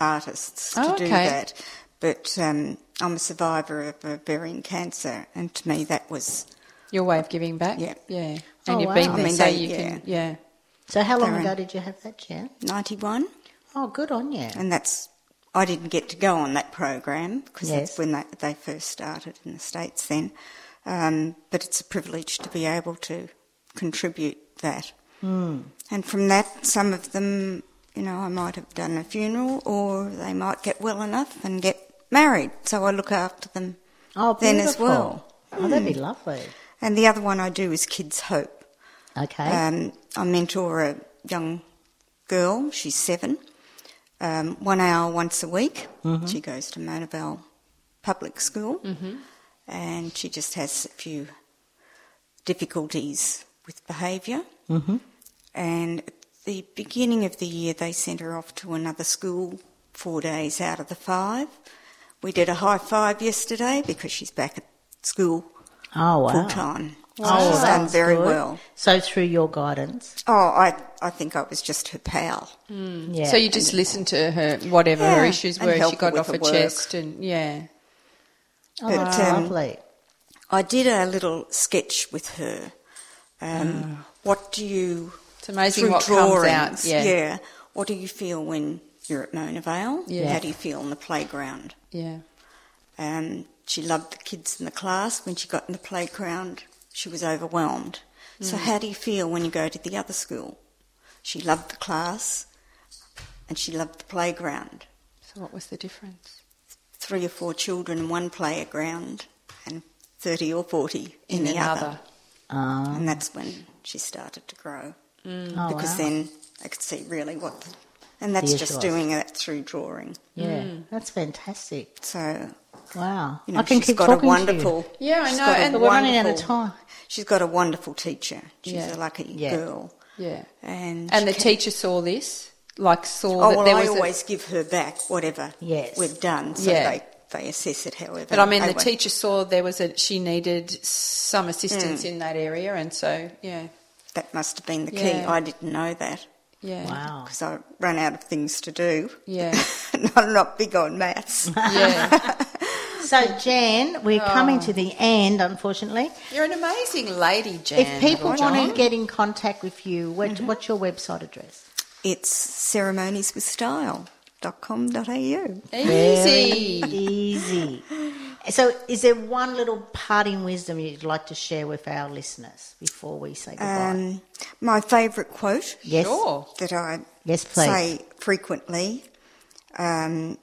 Speaker 3: artists to
Speaker 1: Oh,
Speaker 3: do
Speaker 1: okay.
Speaker 3: that. But um, I'm a survivor of ovarian cancer, and to me that was
Speaker 1: your way of giving back.
Speaker 3: Yeah.
Speaker 1: yeah. And
Speaker 2: Oh,
Speaker 1: you've
Speaker 2: wow.
Speaker 1: been
Speaker 2: I
Speaker 1: there,
Speaker 3: mean,
Speaker 1: so
Speaker 3: they-
Speaker 1: you
Speaker 3: yeah.
Speaker 1: can. Yeah,
Speaker 2: So how long
Speaker 3: Darren.
Speaker 2: ago did you have that, Jen?
Speaker 3: 91,
Speaker 2: Oh, good on you.
Speaker 3: and that's I didn't get to go on that program because
Speaker 2: Yes.
Speaker 3: that's when they, they first started in the states then. Um, but it's a privilege to be able to contribute that. And from that, some of them, you know, I might have done a funeral, or they might get well enough and get married. So I look after them.
Speaker 2: Oh,
Speaker 3: then as
Speaker 2: beautiful.
Speaker 3: well. Mm.
Speaker 2: Oh, that'd be lovely.
Speaker 3: And the other one I do is Kids Hope.
Speaker 2: Okay.
Speaker 3: Um, I mentor a young girl, she's seven, um, one hour once a week.
Speaker 2: Mm-hmm.
Speaker 3: She goes to Monavale Public School and she just has a few difficulties with behaviour. Mm-hmm. And at the beginning of the year, they sent her off to another school four days out of the five. We did a high five yesterday because she's back at school
Speaker 2: oh wow.
Speaker 3: full time.
Speaker 2: Oh,
Speaker 3: she's done
Speaker 2: that's
Speaker 3: very
Speaker 2: good.
Speaker 3: well.
Speaker 2: So through your guidance,
Speaker 3: Oh, I, I think I was just her pal.
Speaker 2: yeah.
Speaker 1: Mm. So you just listened to her, whatever her
Speaker 3: Yeah,
Speaker 1: issues
Speaker 3: and
Speaker 1: were,
Speaker 3: help
Speaker 1: she
Speaker 3: her
Speaker 1: got
Speaker 3: with
Speaker 1: off
Speaker 3: her
Speaker 1: her
Speaker 3: work.
Speaker 1: chest, and yeah.
Speaker 2: oh,
Speaker 3: but,
Speaker 2: that's
Speaker 3: um,
Speaker 2: lovely.
Speaker 3: I did a little sketch with her. Um, What do you?
Speaker 1: It's amazing
Speaker 3: through
Speaker 1: Ah. what comes out, yeah.
Speaker 3: What do you feel when you're at Mona Vale?
Speaker 1: Yeah.
Speaker 3: How do you feel on the playground?
Speaker 1: Yeah.
Speaker 3: Um, she loved the kids in the class. When she got in the playground, she was overwhelmed. So,
Speaker 1: Hmm.
Speaker 3: how do you feel when you go to the other school? She loved the class, and she loved the playground.
Speaker 1: So what was the difference?
Speaker 3: three or four children in one playground and 30 or 40 in, the
Speaker 1: another.
Speaker 3: other.
Speaker 2: Um,
Speaker 3: And that's when she started to grow
Speaker 2: oh,
Speaker 3: Mm. because
Speaker 2: wow.
Speaker 3: then I could see really what. The, and that's
Speaker 2: The
Speaker 3: just
Speaker 2: issue was.
Speaker 3: doing that through drawing.
Speaker 2: yeah, that's fantastic.
Speaker 3: So,
Speaker 2: Wow,
Speaker 3: mm. you know,
Speaker 2: I can
Speaker 3: she's
Speaker 2: keep
Speaker 3: got a
Speaker 2: talking
Speaker 3: wonderful.
Speaker 2: to you.
Speaker 1: Yeah, I
Speaker 3: she's
Speaker 1: know,
Speaker 3: got a
Speaker 1: and
Speaker 2: But we're running out of
Speaker 3: wonderful-
Speaker 2: time.
Speaker 3: She's got a wonderful teacher. She's
Speaker 1: Yeah.
Speaker 3: a lucky
Speaker 2: Yeah.
Speaker 3: girl.
Speaker 1: Yeah.
Speaker 3: And,
Speaker 1: And
Speaker 3: she
Speaker 1: the
Speaker 3: can-
Speaker 1: teacher saw this, like saw
Speaker 3: Oh,
Speaker 1: that
Speaker 3: well,
Speaker 1: there
Speaker 3: I
Speaker 1: was. a,
Speaker 3: always give her back whatever
Speaker 2: Yes.
Speaker 3: we've done. So
Speaker 1: Yeah.
Speaker 3: they, they assess it however.
Speaker 1: but I mean,
Speaker 3: they
Speaker 1: the
Speaker 3: want.
Speaker 1: teacher saw there was a she needed some assistance
Speaker 3: Mm.
Speaker 1: in that area, and so yeah,
Speaker 3: That must have been the key.
Speaker 1: Yeah.
Speaker 3: I didn't know that.
Speaker 1: yeah,
Speaker 2: Wow,
Speaker 3: because I run out of things to do.
Speaker 1: Yeah.
Speaker 3: and I'm not big on maths.
Speaker 1: yeah.
Speaker 2: so Jan, we're coming to the end, unfortunately.
Speaker 1: You're an amazing lady, Jan.
Speaker 2: If people
Speaker 1: Littlejohn.
Speaker 3: Mm-hmm.
Speaker 2: want to get in contact with you, what, what's your website address?
Speaker 3: It's ceremonieswithstyle.com.au.
Speaker 1: Easy.
Speaker 2: Easy. So, is there one little parting wisdom you'd like to share with our listeners before we say goodbye?
Speaker 3: Um, my favourite quote
Speaker 2: yes.
Speaker 1: Sure.
Speaker 3: that I
Speaker 2: Yes, please.
Speaker 3: say frequently um,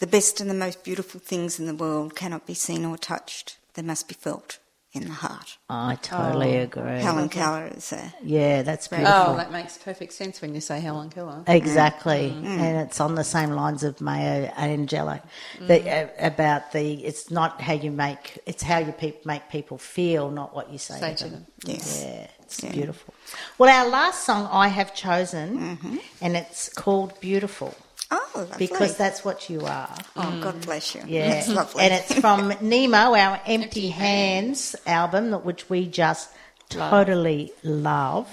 Speaker 3: the best and the most beautiful things in the world cannot be seen or touched, they must be felt in the heart.
Speaker 2: I totally agree.
Speaker 3: oh, Helen Keller is there.
Speaker 2: Yeah, that's beautiful.
Speaker 1: Oh, that makes perfect sense when you say Helen Keller.
Speaker 2: Exactly, and it's on the same lines of Mayo Angelo the, uh, about the. It's not how you make. It's how you peop make people feel, not what you say,
Speaker 1: Say
Speaker 2: to
Speaker 1: to
Speaker 2: them.
Speaker 1: them.
Speaker 3: Yes.
Speaker 2: Yeah, it's
Speaker 3: Yeah.
Speaker 2: beautiful. Well, our last song I have chosen, and it's called "Beautiful"
Speaker 3: Oh, lovely.
Speaker 2: because that's what you are.
Speaker 3: oh, God bless you.
Speaker 2: Yeah,
Speaker 3: That's lovely.
Speaker 2: and it's from Nemo, our Empty Hands album, that which we just totally love.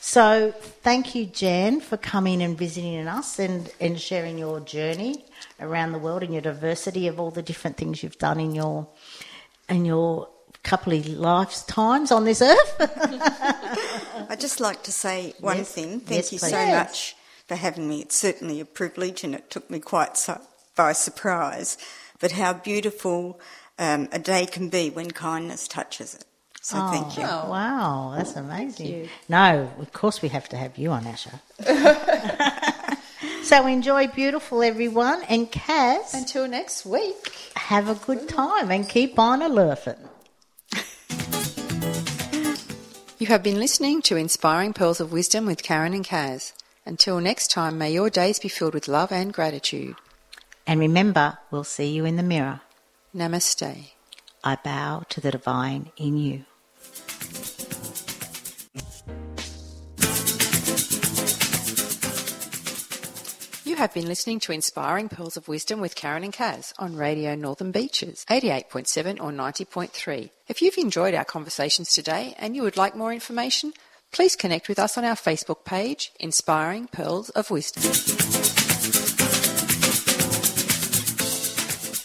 Speaker 2: So thank you, Jan, for coming and visiting us and, and sharing your journey around the world and your diversity of all the different things you've done in your in your couple of lifetimes on this earth.
Speaker 3: I'd just like to say one
Speaker 2: Yes.
Speaker 3: thing. Thank
Speaker 2: Yes,
Speaker 3: you
Speaker 2: please.
Speaker 3: so
Speaker 2: Yes.
Speaker 3: much for having me. It's certainly a privilege and it took me quite su- by surprise. But how beautiful um, a day can be when kindness touches it. So thank you.
Speaker 1: Oh.
Speaker 2: Wow, that's amazing.
Speaker 1: you.
Speaker 2: No, of course we have to have you on our show. so enjoy beautiful everyone and Kaz.
Speaker 1: Until next week.
Speaker 2: have a good time and keep on alerting.
Speaker 1: You have been listening to Inspiring Pearls of Wisdom with Karen and Kaz. Until next time, may your days be filled with love and gratitude.
Speaker 2: And remember, we'll see you in the mirror.
Speaker 1: Namaste.
Speaker 2: I bow to the divine in you.
Speaker 1: You have been listening to Inspiring Pearls of Wisdom with Karen and Kaz on Radio Northern Beaches, 88.7 or 90.3. If you've enjoyed our conversations today and you would like more information, please connect with us on our Facebook page, Inspiring Pearls of Wisdom.